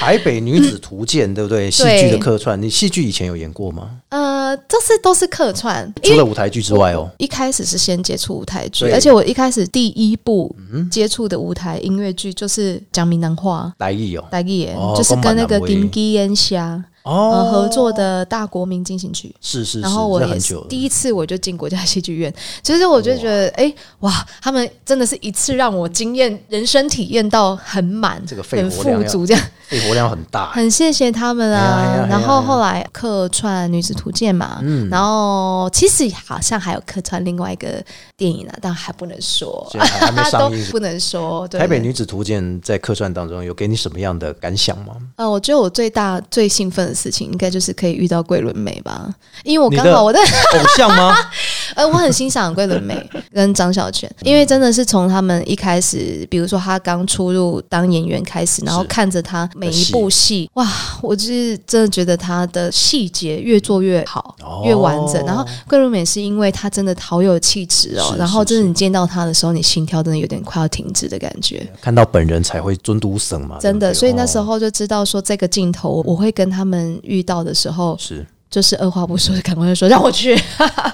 S1: 台北女子图鉴，对不对？戏剧的客串，你戏剧以前有演过吗？
S3: 呃，这是都是客串，
S1: 除
S3: 因为
S1: 了舞台剧之外哦，
S3: 一开始是先接触舞台剧，
S1: 对嗯
S3: 而且我一开始第一部接触的舞台音乐剧就是讲闽南话。
S1: 来意哦，
S3: 大义演、
S1: 哦
S3: 就是跟那个
S1: 讲闽南话
S3: 丁基烟霞、呃
S1: 哦，
S3: 合作的《大国民进行曲》，
S1: 是是是，
S3: 然后我
S1: 这
S3: 也
S1: 很
S3: 是
S1: 久了
S3: 第一次我就进国家戏剧院，其实我就觉得，哎、哇，他们真的是一次让我惊艳，人生体验到很满，
S1: 这个肺
S3: 很
S1: 活量
S3: 富
S1: 要
S3: 足，这样
S1: 肺活量很大，
S3: 很谢谢他们
S1: 哎呀哎呀
S3: 啊。然
S1: 哎呀嗯
S3: 后后来客串《女子图鉴》嘛，然后其实好像还有客串另外一个电影啊，但还不能说，
S1: 现在还还 没
S3: 都
S1: 上映。
S3: 不能说。对
S1: 台北女子图鉴在客串当中有给你什么样的感想吗？
S3: 呃，我觉得我最大最兴奋的事情，应该就是可以遇到桂纶镁吧，因为我
S1: 你
S3: 刚
S1: 的
S3: 好我在。
S1: 偶像吗？
S3: 呃，我很欣赏桂纶镁跟张小泉，因为真的是从他们一开始，比如说他刚出入当演员开始，然后
S1: 是
S3: 看着他每一部戏，哇，我就是真的觉得他的细节越做越好，
S1: 哦
S3: 越完整。然后桂纶镁是因为他真的好有气质哦
S1: 是，
S3: 然后
S1: 是
S3: 真的你见到他的时候，你心跳真的有点快要停止的感觉。
S1: 看到本人才会尊嘟省嘛，
S3: 真
S1: 对
S3: 的，
S1: 不对
S3: 所以那时
S1: 哦
S3: 候就知道说这个镜头，我会跟他们遇到的时候，
S1: 是
S3: 就是二话不说，赶快就说让我去。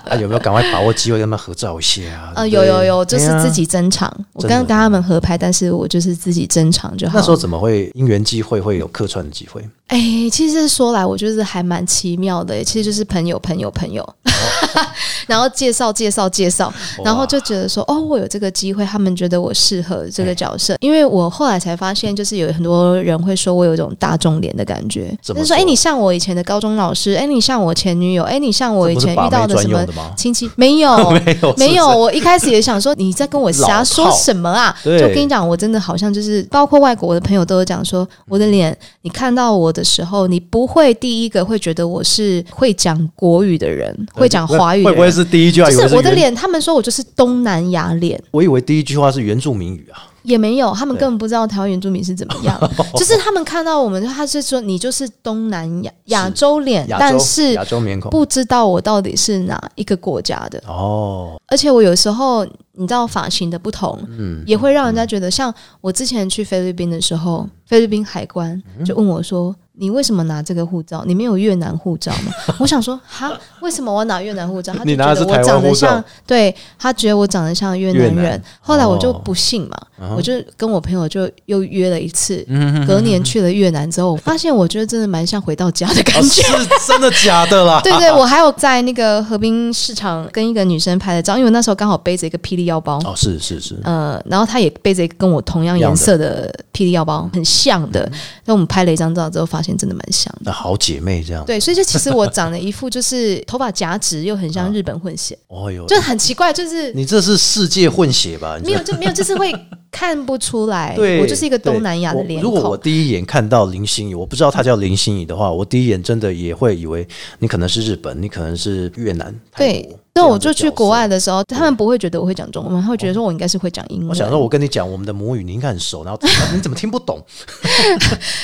S1: 啊，有没有赶快把握机会跟他们合照一下啊？
S3: 啊，
S1: 对不
S3: 有
S1: 对
S3: 有有，就是
S1: 哎呀
S3: 自己珍藏。我
S1: 真的
S3: 刚刚跟他们合拍，但是我就是自己珍藏就好。
S1: 那时候，怎么会因缘际会会有客串的机会？
S3: 哎、其实说来，我觉得还蛮奇妙的耶。欸其实就是朋友，朋友，朋友，
S1: 哦
S3: 然后介绍，介绍，介绍，然后就觉得说，哦，我有这个机会，他们觉得我适合这
S1: 哎
S3: 个角色。因为我后来才发现，就是有很多人会说我有一种大众脸的感觉，
S1: 怎
S3: 就
S1: 么
S3: 是说，哎、
S1: 说
S3: 你像我以前的高中老师，哎、你像我前女友，哎、你像我
S1: 这
S3: 以
S1: 不是
S3: 前
S1: 把
S3: 遇到
S1: 妹
S3: 的
S1: 专
S3: 什
S1: 用
S3: 么
S1: 的 吗？
S3: 亲戚，没 有，
S1: 没有，
S3: 没有，
S1: 哦是不？
S3: 我一开始也想说你在跟我瞎说什么啊
S1: 老套对
S3: 就跟你讲，我真的好像就是，包括外国的朋友都有讲说，我的脸，你看到我的时候，你不会第一个会觉得我是会讲国语的人，
S1: 是
S3: 会讲华语的
S1: 会
S3: 人。
S1: 不会是第一句话？以为
S3: 就是
S1: 是
S3: 我的
S1: 原，
S3: 脸，他们说我就是东南亚脸，
S1: 我以为第一句话是原住民语啊。
S3: 也没有，他们
S1: 对
S3: 根本不知道台湾原住民是怎么样。 就是他们看到我们，他是说你就是东南亚亚洲脸，
S1: 亚洲
S3: 但是
S1: 亚洲面孔
S3: 不知道我到底是哪一个国家的。
S1: 哦，
S3: 而且我有时候你知道发型的不同，
S1: 嗯
S3: 也会让人家觉得，像我之前去菲律宾的时候，菲律宾海关
S1: 嗯
S3: 就问我说：“你为什么拿这个护照？你没有越南护照 吗？”我想说：“哈，为什么我拿越南护照？”他
S1: 你
S3: 就
S1: 拿
S3: 觉
S1: 的是
S3: 得我
S1: 台湾
S3: 长得
S1: 护照
S3: 像，对他觉得我长得像越
S1: 越
S3: 南
S1: 南
S3: 人。后来我就
S1: 哦
S3: 不信嘛，
S1: 嗯哼
S3: 我就跟我朋友就又约了一次。
S1: 嗯，
S3: 隔年去了越南之后，我发现我觉得真的蛮像回到家的感
S1: 哦
S3: 觉
S1: 是。真的假的 啦？
S3: 嗯对对，我还有在那个河滨市场跟一个女生拍的照，因为我那时候刚好背着一个霹雳腰包，
S1: 哦，是是是，
S3: 呃，然后她也背着一个跟我同样颜色的霹雳腰包，很像的。
S1: 嗯
S3: 那我们拍了一张照之后，发现真的蛮像的。
S1: 那好姐妹这样。
S3: 对，所以就其实我长了一副就是头发夹直又 很像日本混血，
S1: 啊哦哟，
S3: 就很奇怪，就是
S1: 你这是世界混血吧？你
S3: 没
S1: 这
S3: 有就没有，就是会看不出来，
S1: 对，
S3: 哎我就是一个
S1: 对
S3: 东南亚的
S1: 我
S3: 脸
S1: 如
S3: 孔。
S1: 果我第一眼看到林心怡，我不知道她叫林心怡的话，我第一眼真的也会以为你可能是日本，你可能是越南。泰
S3: 对
S1: 国，
S3: 那我就去国。
S1: 这样的角色
S3: 外的时候，他们不会觉得我会讲中文，他会觉得说我应该是会讲英文。
S1: 我想说，我跟你讲，我们的母语你应该很熟，然后你怎么听不懂？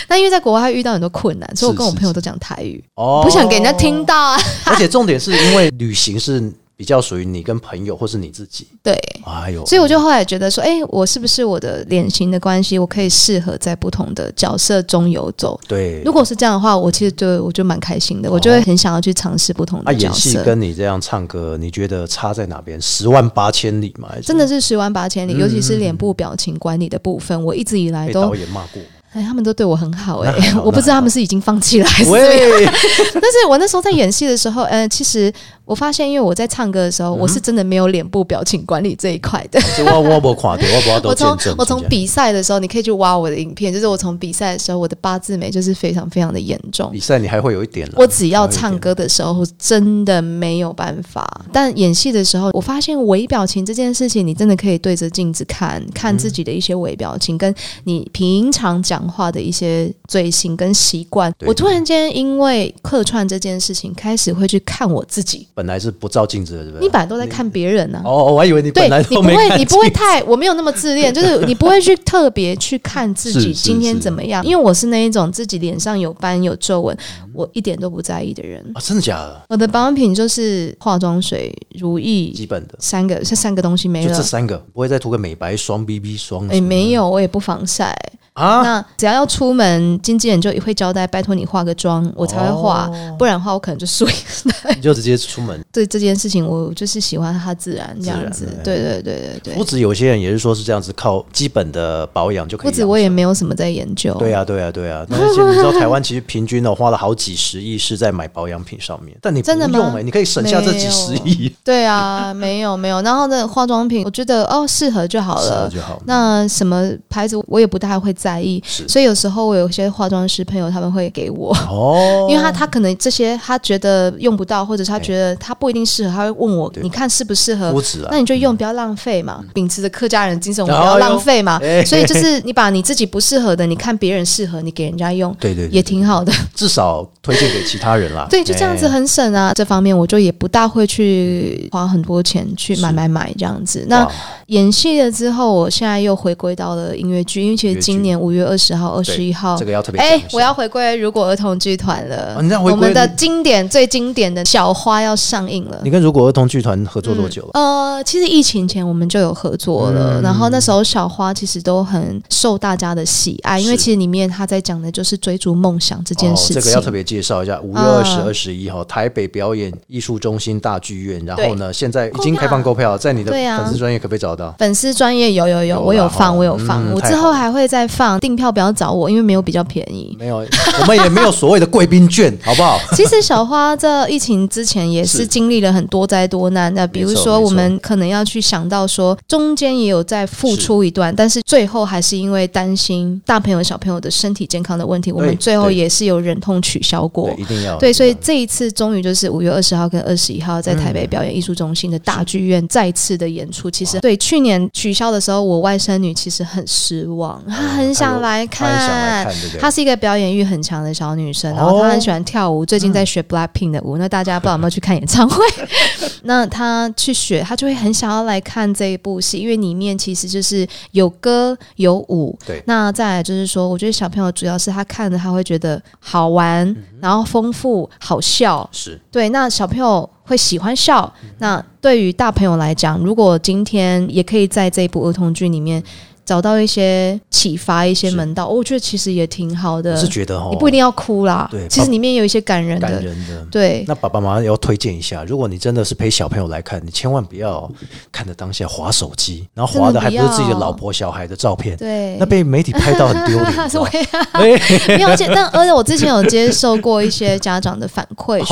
S3: 那因为在国外遇到很多困难，所以我
S1: 是
S3: 跟我
S1: 是
S3: 朋友都讲台语，
S1: 哦，
S3: 不想给人家听。到啊。
S1: 而且重点是因为旅行是比较属于你跟朋友或是你自己。
S3: 对，
S1: 哎呦，
S3: 所以我就后来觉得说，哎、我是不是我的脸型的关系，我可以适合在不同的角色中游走？
S1: 对，哦
S3: 如果是这样的话，我其实就我就蛮开心的，我就会很想要去尝试不同
S1: 啊
S3: 的角
S1: 演戏
S3: 色。
S1: 跟你这样唱歌，你觉得差在哪边？十万八千里嘛，还是
S3: 真的是十万八千
S1: 嗯
S3: 里，尤其是脸部表情管理的部分，我一直以来
S1: 被
S3: 都
S1: 导演骂过吗。
S3: 哎，他们都对我很好哎、
S1: 嗯那还好
S3: 我不知道他们是已经放弃了还 是
S1: 喂，
S3: 但是我那时候在演戏的时候，呃，其实我发现，因为我在唱歌的时候，
S1: 嗯
S3: 我是真的没有脸部表情管理这一块的。
S1: 这我我不垮对，我不要都
S3: 我从
S1: 见证。
S3: 我从
S1: 真的
S3: 比赛的时候，你可以去挖我的影片，就是我从比赛的时候，我的八字眉就是非常非常的严重
S1: 比。赛你还会有一点啦
S3: 我只要唱歌的时候，真的没有办法。但演戏的时候，我发现微表情这件事情，你真的可以对着镜子看看自己的一些微表情，跟你平常讲话的一些嘴型跟习惯。
S1: 对
S3: 我突然间因为客串这件事情，开始会去看我自己。
S1: 本来是不照镜子的，对不对？
S3: 你本来都在看别人啊，
S1: 哦，我还以为你
S3: 对
S1: 本来
S3: 你
S1: 都
S3: 不
S1: 没
S3: 会，
S1: 看
S3: 你
S1: 镜
S3: 不会太，我没有那么自恋，就是你不会去特别去看自己
S1: 是是
S3: 今天怎么样，因为我是那一种自己脸上有斑有皱纹，我一点都不在意的人。
S1: 啊，真的假的？
S3: 我的保养品就是化妆水、乳
S1: 基
S3: 液
S1: 本的
S3: 三个，这三个东西没
S1: 就这
S3: 了。
S1: 三个，不会再涂个美白霜、BB 霜什么的。
S3: 哎，没有，我也不防晒。
S1: 啊，
S3: 那只要要出门，经纪人就会交代，拜托你化个妆，我才会化，
S1: 哦
S3: 不然的话我可能就睡。
S1: 你就直接出门。
S3: 对这件事情，我就是喜欢它自然这样子
S1: 自然。
S3: 对对对对
S1: 不
S3: 对，
S1: 止有些人也是说是这样子，靠基本的保养就可以
S3: 不
S1: 养
S3: 止
S1: 生。
S3: 我也没有什么在研究。
S1: 对啊，对啊，对啊！但是现在你知道台湾其实平均呢、花了好几十亿是在买保养品上面，但你不
S3: 真的吗
S1: 用哎、你可以省下这几十亿，
S3: 对啊，没有没有。然后呢，化妆品我觉得哦适合就好
S1: 是啊
S3: 了。
S1: 就好。
S3: 那什么牌子我也不太会在意，
S1: 是
S3: 所以有时候我有一些化妆师朋友他们会给我，
S1: 哦，
S3: 因为他他可能这些他觉得用不到，或者是他觉得他不一定适合，他会问我
S1: 对
S3: 你看适不适合
S1: 肤？质啊，
S3: 那你就用，不要浪费嘛，秉持着客家人精神，我
S1: 嗯
S3: 们
S1: 哎呦
S3: 不要浪费嘛
S1: 哎。
S3: 所以就是你把你自己不适合的，你看别人适合，你给人家用，
S1: 对对对
S3: 也挺好的。
S1: 至少推荐给其他人啦。
S3: 对，就这样子
S1: 哎
S3: 很省啊。这方面我就也不大会去花很多钱去买
S1: 是
S3: 买买这样子。那
S1: 哇
S3: 演戏了之后，我现在又回归到了音乐剧，因为其
S1: 音乐剧
S3: 实今年五月二十号、二十一号
S1: 这。个要特别讲
S3: 哎、
S1: 一下，
S3: 我要回归如果儿童剧团了。
S1: 哦你要回归
S3: 我们的经典最经典的小花要上映了
S1: 你。跟如果儿童剧团合作多久了？嗯
S3: 呃，其实疫情前我们就有合作了，然后那时候小花其实都很受大家的喜爱，因为
S1: 是
S3: 其实里面她在讲的就是追逐梦想这件事情。
S1: 哦、这个要特别介绍一下，五月
S3: 啊
S1: 二十、二十一号，台北表演艺术中心大剧院。然后呢，现在已经
S3: 购票
S1: 开放购票，在你的
S3: 对啊
S1: 粉丝专业可不可以找到？
S3: 粉丝专业有有
S1: 有啦
S3: 有，我有放，
S1: 哦
S3: 我有放，
S1: 嗯
S3: 我
S1: 太
S3: 之
S1: 好
S3: 后
S1: 了
S3: 还会再放。订票不要找我，因为没有比较便宜。
S1: 没有，我们也没有所谓的贵宾券，好不 好？
S3: 其实小花这疫情之前也
S1: 是
S3: 是经历了很多灾多难的，比如
S1: 没
S3: 说
S1: 错
S3: 我们可能要去想到说，中间也有在付
S1: 是
S3: 出一段，但是最后还是因为担心大朋友小朋友的身体健康的问题，我们
S1: 对
S3: 最后
S1: 对
S3: 也是有忍痛取消过
S1: 对，。一定要。
S3: 对，所以
S1: 一定
S3: 这一次终于就是五月二十号跟二十一号在
S1: 嗯
S3: 台北表演艺术中心的大剧院再次的演出。其实对去年取消的时候，我外甥女其实很失望，她很想来
S1: 要哎他很想来看，
S3: 看。
S1: 对不
S3: 她
S1: 对？
S3: 是一个表演欲很强的小女生，然后她很喜欢跳舞，最近
S1: 哦
S3: 在学 Blackpink 的
S1: 嗯
S3: 舞。那大家不知道有没有去看演唱会？ 那她去学，她就会很想要来看这一部戏，因为里面其实就是有歌有舞，
S1: 对
S3: 那再来就是说，我觉得小朋友主要是他看了他会觉得好玩，
S1: 嗯
S3: 然后丰富、好笑。
S1: 是
S3: 对，那小朋友会喜欢笑。那对于大朋友来讲，如果今天也可以在这一部儿童剧里面找到一些启发、一些
S1: 是
S3: 门道，我觉得其实也挺好
S1: 我
S3: 的
S1: 是。觉得哦，
S3: 你不一定要哭啦
S1: 对，
S3: 其实里面有一些感人
S1: 感
S3: 的。
S1: 人的。
S3: 对，
S1: 那爸爸妈妈要推荐一下，如果你真的是陪小朋友来看，你千万不要看着当下划手机，然后划的还不是自己的老婆小孩的照片，
S3: 对，
S1: 那被媒体拍到很丢脸。你知道吗
S3: 我也
S1: 哎，
S3: 没有，而且但而且我之前有接受过一些家长的反馈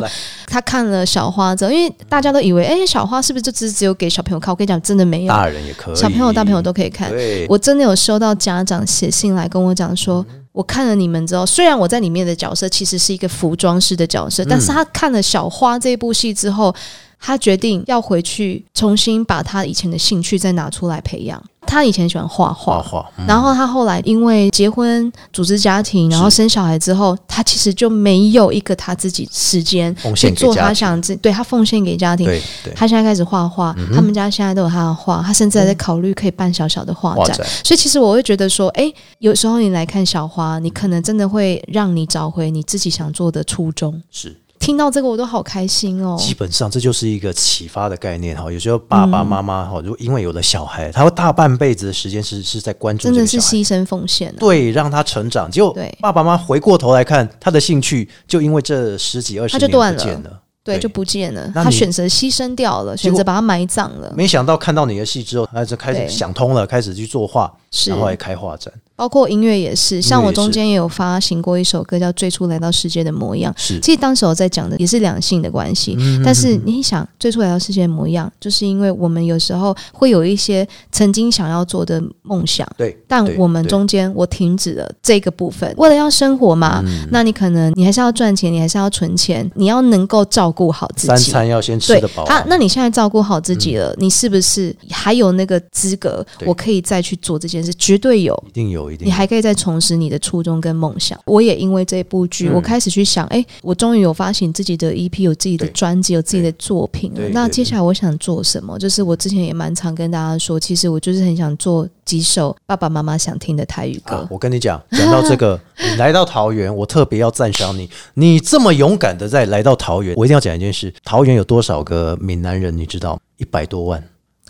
S1: 来
S3: 他看了小花之后，因为大家都以为，哎、小花是不是就只只有给小朋友看？我跟你讲，真的没有，
S1: 大人也可以，
S3: 小朋友、大朋友都可以看。
S1: 对，嗯
S3: 我真的有收到家长写信来跟我讲说，我看了你们之后，虽然我在里面的角色其实是一个服装师的角
S1: 嗯
S3: 色，但是他看了小花这部戏之后，他决定要回去重新把他以前的兴趣再拿出来培养。他以前喜欢画
S1: 画
S3: 画，
S1: 画，嗯
S3: 然后他后来因为结婚、组织家庭，然后
S1: 是
S3: 生小孩之后，他其实就没有一个他自己时间
S1: 奉
S3: 去
S1: 献给
S3: 做
S1: 家
S3: 他
S1: 庭
S3: 想自对他奉献给家庭。
S1: 对嗯对，
S3: 他现在开始画画，他们家现在都有他的画，他甚至还
S1: 嗯
S3: 在考虑可以办小小的画
S1: 画
S3: 展。
S1: 展
S3: 所以其实我会觉得说，哎，有时候你来看小花，你可能真的会让你找回你自己想做的初衷。
S1: 是。
S3: 听到这个我都好开心哦。
S1: 基本上这就是一个启发的概念哈。有时候爸
S3: 嗯
S1: 爸妈妈哈，如果因为有了小孩，他会大半辈子的时间是是在关注
S3: 真
S1: 这
S3: 的
S1: 个
S3: 是
S1: 小孩。
S3: 牺牲奉献、啊，
S1: 对，让他成长。结果
S3: 对
S1: 爸爸妈妈回过头来看，他的兴趣就因为这十几二十
S3: 他就
S1: 年不
S3: 断了
S1: 见了。
S3: 对，
S1: 对
S3: 就不见了。
S1: 那你
S3: 他选择牺牲掉了，
S1: 结
S3: 选
S1: 果
S3: 择把它埋葬了。
S1: 没想到看到你的戏之后，他就开始
S3: 对
S1: 想通了，开始去做画，
S3: 是
S1: 然，后还开画展。
S3: 包括音乐也是，像
S1: 音乐
S3: 我
S1: 也是
S3: 中间也有发行过一首歌叫《最初来到世界的模样》。
S1: 是
S3: 其实当时我在讲的也是两性的关
S1: 嗯
S3: 系，但是你想，最初来到世界的模样，就是因为我们有时候会有一些曾经想要做的梦想，
S1: 对，
S3: 但
S1: 对
S3: 我们
S1: 对
S3: 中间我停止了这个部分，为了要生活嘛，
S1: 嗯
S3: 那你可能你还是要赚钱，你还是要存钱，你要能够照顾好自己，
S1: 三餐要先吃
S3: 对
S1: 得饱
S3: 啊，那你现在照顾好自己了，你是不是还有那个资格？
S1: 嗯对
S3: 我可以再去做这件事，绝对有。
S1: 一定有，一定
S3: 你
S1: 有
S3: 还可以再重拾你的初衷跟梦想。我也因为这部剧，
S1: 嗯
S3: 我开始去想，哎、我终于有发行自己的 EP，有自己的
S1: 对
S3: 专辑，有自己的作品
S1: 对
S3: 了
S1: 对。
S3: 那
S1: 对
S3: 接下来我想做什么？就是我之前也蛮常跟大家说，其实我就是很想做几首爸爸妈妈想听的台语歌。
S1: 啊！我跟你讲，讲到这个，你来到桃园，我特别要赞赏你，你这么勇敢的在来到桃园，我一定要讲一件事：桃园有多少个闽南人，你知道？一百多万，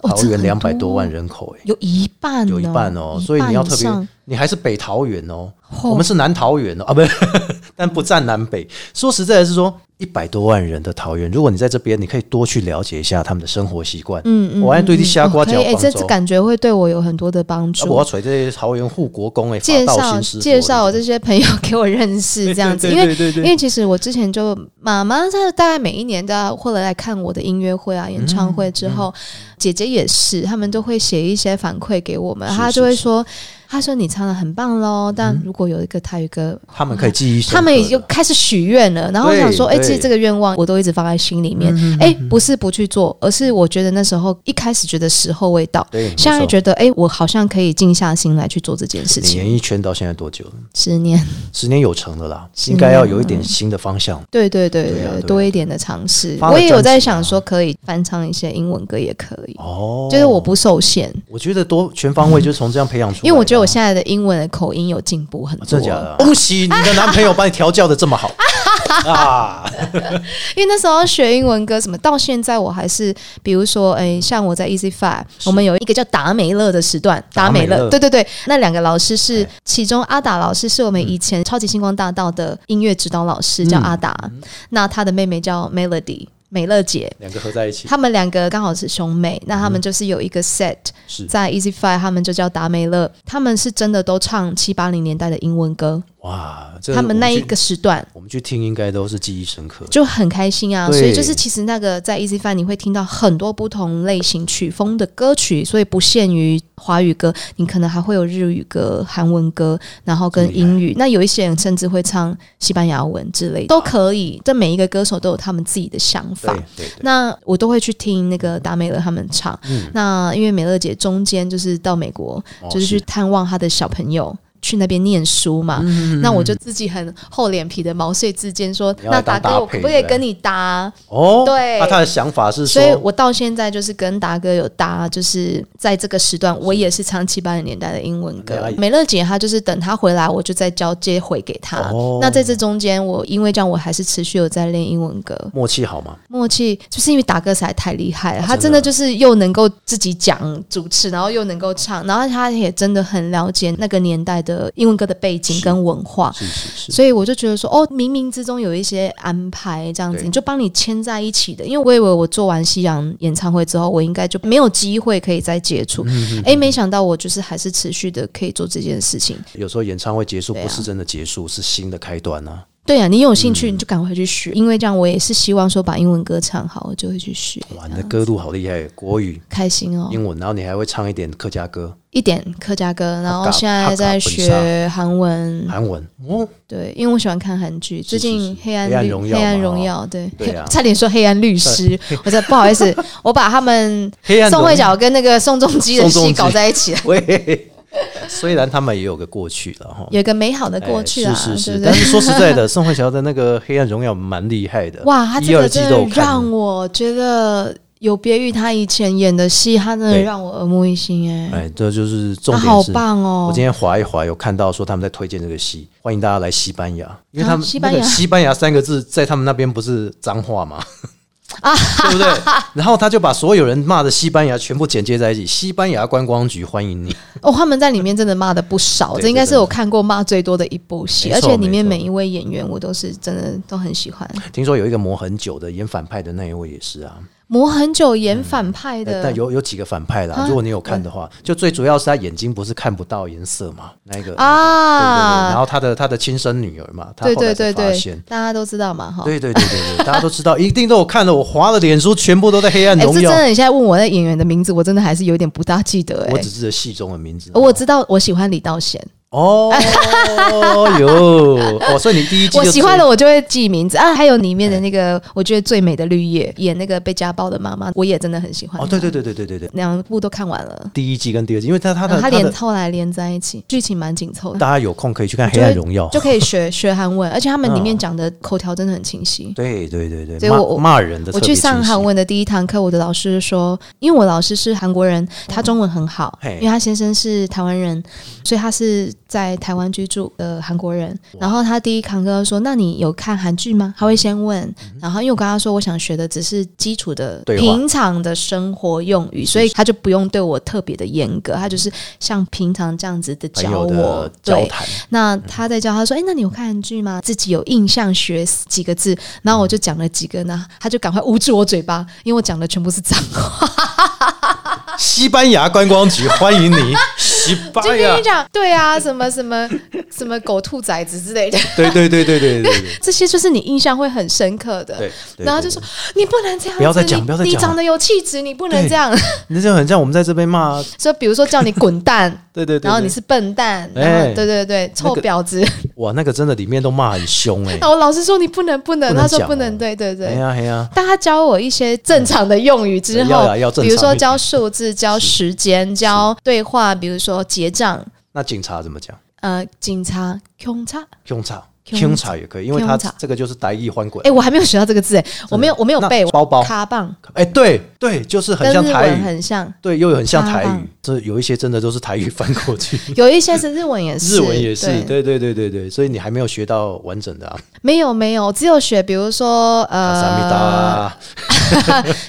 S3: 哦
S1: 桃
S3: 这
S1: 园
S3: 很
S1: 两百多万
S3: 多
S1: 人口、欸，
S3: 有一半、哦，
S1: 有一半哦，所以你要特别，你还是北桃园哦，我
S3: 我
S1: 们是南桃园哦，啊，不，但不占南北。说实在的是说，一百多万人的桃园，如果你在这边，你可以多去了解一下他们的生活习惯。
S3: 嗯嗯，
S1: 我按对地
S3: 嗯
S1: 瞎瓜
S3: 哦可以
S1: 讲
S3: 哎、
S1: 广
S3: 这
S1: 州
S3: 这感觉会对我有很多的帮
S1: 啊
S3: 助。
S1: 我要锤这些桃园护国公哎，
S3: 介
S1: 法道
S3: 绍
S1: 新师
S3: 介绍
S1: 佛
S3: 我
S1: 的
S3: 这些朋友给我认识，这样子，因为
S1: 对对对
S3: 因为其实我之前就妈妈，她大概每一年都要会来看我的音乐会啊、演唱
S1: 嗯
S3: 会之后，姐姐也是，他们都会写一些反馈给我们，
S1: 是
S3: 她就会
S1: 是是嗯
S3: 说。他说你唱的很棒喽，但如果有一个他有一个
S1: 他们可以记忆深刻的，
S3: 他们也就开始许愿了，然后我想说，哎、
S1: 对嗯
S3: 其实这个愿望我都一直放在心里面，哎、不是不去做，而是我觉得那时候一开始觉得时候未到，
S1: 对，
S3: 现在
S1: 没错
S3: 觉得，哎、我好像可以静下心来去做这件事
S1: 你
S3: 情。
S1: 演艺圈到现在多久了？
S3: 十年，
S1: 十年有成的啦，
S3: 十
S1: 应
S3: 年
S1: 该要有一点新的方向。
S3: 对对对
S1: 对啊对啊
S3: 多一点的尝试。
S1: 发了
S3: 我也有在
S1: 专辑啊
S3: 想说，可以翻唱一些英文歌也可以，
S1: 哦，
S3: 就是我，不受限，
S1: 我觉得多全方位就是从这样培养出来的啊。
S3: 因为我觉得我现在的英文的口音有进步很
S1: 啊
S3: 多。
S1: 真的假的啊？恭喜你的男朋友把你调教的这么 好啊！
S3: 因为那时候学英文歌什么，到现在我还是，比如说，哎、像我在 Easy Five，我们有一个叫达美乐的时段，
S1: 达
S3: 达
S1: 美
S3: 美
S1: 乐
S3: 乐，对对对，那两个老师是
S1: 哎，
S3: 其中阿达老师是我们
S1: 嗯
S3: 以前超级星光大道的音乐指导老师，叫阿达，
S1: 嗯
S3: 那他的妹妹叫 Melody。美乐姐，
S1: 两个合在一起
S3: 她们两个刚好是兄妹，那她们就是有一个 set，、
S1: 嗯是
S3: 在 Easy Five，她们就叫达美乐，她们是真的都唱七八零年代的英文歌，
S1: 哇，这
S3: 她们那一
S1: 我
S3: 个时段，
S1: 去我们去听应该都是记忆深刻。
S3: 就很开心啊。
S1: 对
S3: 所以就是其实那个在 Easy Fun 你会听到很多不同类型曲风的歌曲，所以不限于华语歌，你可能还会有日语歌、韩文歌，然后跟英语。那有一些人甚至会唱西班牙文之类的，都可以。这每一个歌手都有他们自己的想
S1: 哦对
S3: 法。
S1: 对对，
S3: 那我都会去听那个达美乐他们唱。那因为美乐姐中间就是到美国，
S1: 嗯哦
S3: 就是去探望她的小朋友。去那边念书嘛，
S1: 嗯
S3: 那我就自己很厚脸皮的毛遂自荐说，
S1: 你要来
S3: 那
S1: 当
S3: 达
S1: 搭
S3: 哥我可
S1: 配
S3: 不可以
S1: 对
S3: 跟你搭？
S1: 哦，
S3: 对
S1: 那他的想法是
S3: 所以
S1: 说，
S3: 我到现在就是跟达哥有搭，就是在这个时段，我也是唱七八零年代的英文
S1: 了
S3: 歌
S1: 解。
S3: 美乐姐她就是等她回来，我就再交接回给她。
S1: 哦
S3: 那在这中间，我因为这样，我还是持续有在练英文歌。
S1: 默契好吗？
S3: 默契就是因为达哥实在太厉害了，他
S1: 哦真
S3: 真
S1: 的
S3: 的就是又能够自己讲主持，然后又能够唱，然后他也真的很了解那个年代的英文歌的背景
S1: 是
S3: 跟文化。
S1: 是是是，
S3: 所以我就觉得说，哦，冥冥之中有一些安排，这样子
S1: 对
S3: 你就帮你牵在一起的。因为我以为我做完西洋演唱会之后，我应该就没有机会可以再接
S1: 嗯
S3: 触。诶，没想到我就是还是持续的可以做这件事情。
S1: 有时候演唱会结束
S3: 对啊
S1: 不是真的结束，是新的开端啊。
S3: 对啊，你有兴
S1: 嗯
S3: 趣你就赶快去学，因为这样我也是希望说把英文歌唱好，我就会去学。
S1: 哇，你的歌路好厉害，国语、
S3: 开心哦，
S1: 英文，然后你还会唱一点客家歌、
S3: 一点客家歌，然
S1: 哈嘎
S3: 后现在在学韩文。
S1: 韩文。哦，
S3: 对，因为我喜欢看韩剧，最近
S1: 是
S3: 《黑暗
S1: 黑暗
S3: 绿
S1: 荣耀
S3: 黑暗
S1: 嘛
S3: 荣
S1: 哦
S3: 耀》对，
S1: 对啊
S3: 差点说《黑暗律师》， 我在不好意 思，我把他们
S1: 黑暗
S3: 宋慧
S1: 荣
S3: 乔跟那个宋仲基的
S1: 宋仲
S3: 戏
S1: 基
S3: 搞在一起了，
S1: 喂，虽然他们也有个过去了哈，
S3: 有一个美好的过去啊，
S1: 哎是是是，
S3: 对不
S1: 但
S3: 对？
S1: 是说实在的， 宋慧乔的那个《黑暗荣耀》蛮厉害的，
S3: 哇，他
S1: 一
S3: 这
S1: 二
S3: 个
S1: 季
S3: 真
S1: 都有
S3: 的
S1: 看
S3: 让我觉得有别于他以前演的戏，他真的
S1: 对
S3: 让我耳目一新哎，
S1: 哎，这就是重
S3: 他
S1: 点
S3: 好
S1: 是。
S3: 棒哦！
S1: 我今天划一划，有看到说他们在推荐这个戏，欢迎大家来西班牙，因为他们
S3: 啊西
S1: 那
S3: 班牙
S1: 个西班牙三个字在他们那边不是脏话 吗？对不对？然后他就把所有人骂的西班牙全部剪接在一起。西班牙观光局欢迎你，
S3: 哦，他们在里面真的骂的不少，
S1: 对
S3: 这应该
S1: 真的
S3: 是我看过骂最多的一部戏，
S1: 没
S3: 而
S1: 错
S3: 且里面
S1: 没
S3: 每
S1: 错
S3: 一位演员我都是真的都很喜欢。
S1: 听说有一个磨很久的演反派的那一位也是啊，呃
S3: 磨很久演反派
S1: 嗯哎但
S3: 的，
S1: 但有有几个反派啦。
S3: 啊
S1: 如果你有看的话，就最主要是他眼睛不是看不到颜色嘛，那一个对对对，然
S3: 啊，
S1: 后他的他的亲生女儿嘛，他
S3: 对
S1: 后来
S3: 对
S1: 才
S3: 对哦
S1: 发
S3: 对
S1: 现。，
S3: 大家都知道嘛哈。
S1: 对对对对对，大家都知道，一定都有看的。我划的脸书全部都在黑暗
S3: 哎，
S1: 荣
S3: 这真
S1: 耀，
S3: 的，你现在问我的演员的名字，我真的还是有点不大记得哎哦
S1: 我。只记得戏中的名字。
S3: 我知道我喜欢李道贤，
S1: 哦哟，哦，所以你第一季
S3: 我
S1: 就
S3: 喜
S1: 知
S3: 欢了，我就会记名字啊。还有里面的那个，我觉得最美的绿叶演那个被家暴的妈妈，我也真的很喜欢。
S1: 哦，对对，对对对对对，
S3: 两部都看完了，
S1: 第一季跟第二季，因为他他
S3: 然
S1: 的
S3: 后嗯他
S1: 的
S3: 连后来连在一起，剧情蛮紧凑的。
S1: 大家有空可以去看《
S3: 就
S1: 黑
S3: 会
S1: 暗荣耀》
S3: 就可以学学韩 文，而且他们里面
S1: 嗯
S3: 讲的口条真的很清晰。
S1: 对对对对，
S3: 所以
S1: 骂
S3: 我
S1: 骂人的嗯特
S3: 我
S1: 别
S3: 去上
S1: 清晰
S3: 韩，文的第一堂课，我的老师说，因为我老师是韩国人，他中文很好，
S1: 嘿
S3: 因为他先生是台湾人，所以他是在台湾居住的韩国人。然后他第一堂课说：“那你有看韩剧吗？”他会先问，然后因为我跟他说，我想学的只是基础的
S1: 嗯对话
S3: 平常的生活用语，所以他就不用对我特别的严格，他就是像平常这样子的
S1: 朋
S3: 教
S1: 友
S3: 我
S1: 的，交
S3: 对，
S1: 谈，
S3: 那他在教他说：“哎、那你有看韩剧吗？自己有印象学几个字？”然后我就讲了几个，呢，他就赶快捂住我嘴巴，因为我讲的全部是脏话。
S1: 西班牙观光局欢迎你，洗吧
S3: 就跟
S1: 哎呀
S3: 你！讲，对啊，什么什么 什么狗兔崽子之类的，
S1: 对对对对对对 对
S3: 这些就是你印象会很深刻的。
S1: 对对。
S3: 然后就说你不能这样子，
S1: 不要再讲
S3: 你
S1: 不要再讲
S3: 你长得有气质，你不能
S1: 对
S3: 这样。
S1: 你这很像我们在这边骂，
S3: 说比如说叫你滚蛋，
S1: 对 对对对。
S3: 然后你是笨蛋，
S1: 哎
S3: 然后对对对，臭
S1: 那个
S3: 婊子。
S1: 哇，那个真的里面都骂很凶哎、
S3: 然后老师说你不能不能，
S1: 不能
S3: 他说
S1: 讲
S3: 不
S1: 哦
S3: 能，对哦对
S1: 哎
S3: 对。
S1: 呀哎呀，
S3: 但他教我一些正常的用语之后
S1: 要啦要，正常
S3: 比如说教数字、教时间、教对话，比如说结账，
S1: 那警察怎么讲？
S3: 呃，警察、警察。
S1: 警察，
S3: 警察
S1: 警察也可以，因为他
S3: 警察
S1: 这个就是台语翻滚
S3: 哎、。我还没有学到这个字，哎，我没有，我没有
S1: 那
S3: 背。
S1: 包包
S3: 卡棒
S1: 哎、对对，就是很
S3: 跟
S1: 像
S3: 日
S1: 台
S3: 文
S1: 语，
S3: 很啊像，
S1: 对，又很像台
S3: 搭
S1: 语
S3: 档。
S1: 这有一些真的都是台语翻过去，
S3: 有一些是日文也是，
S1: 日文也是，
S3: 对，
S1: 对对对对对，所以你还没有学到完整的啊。
S3: 没有没有，只有学，比如说
S1: 萨米
S3: 呃，
S1: 达啊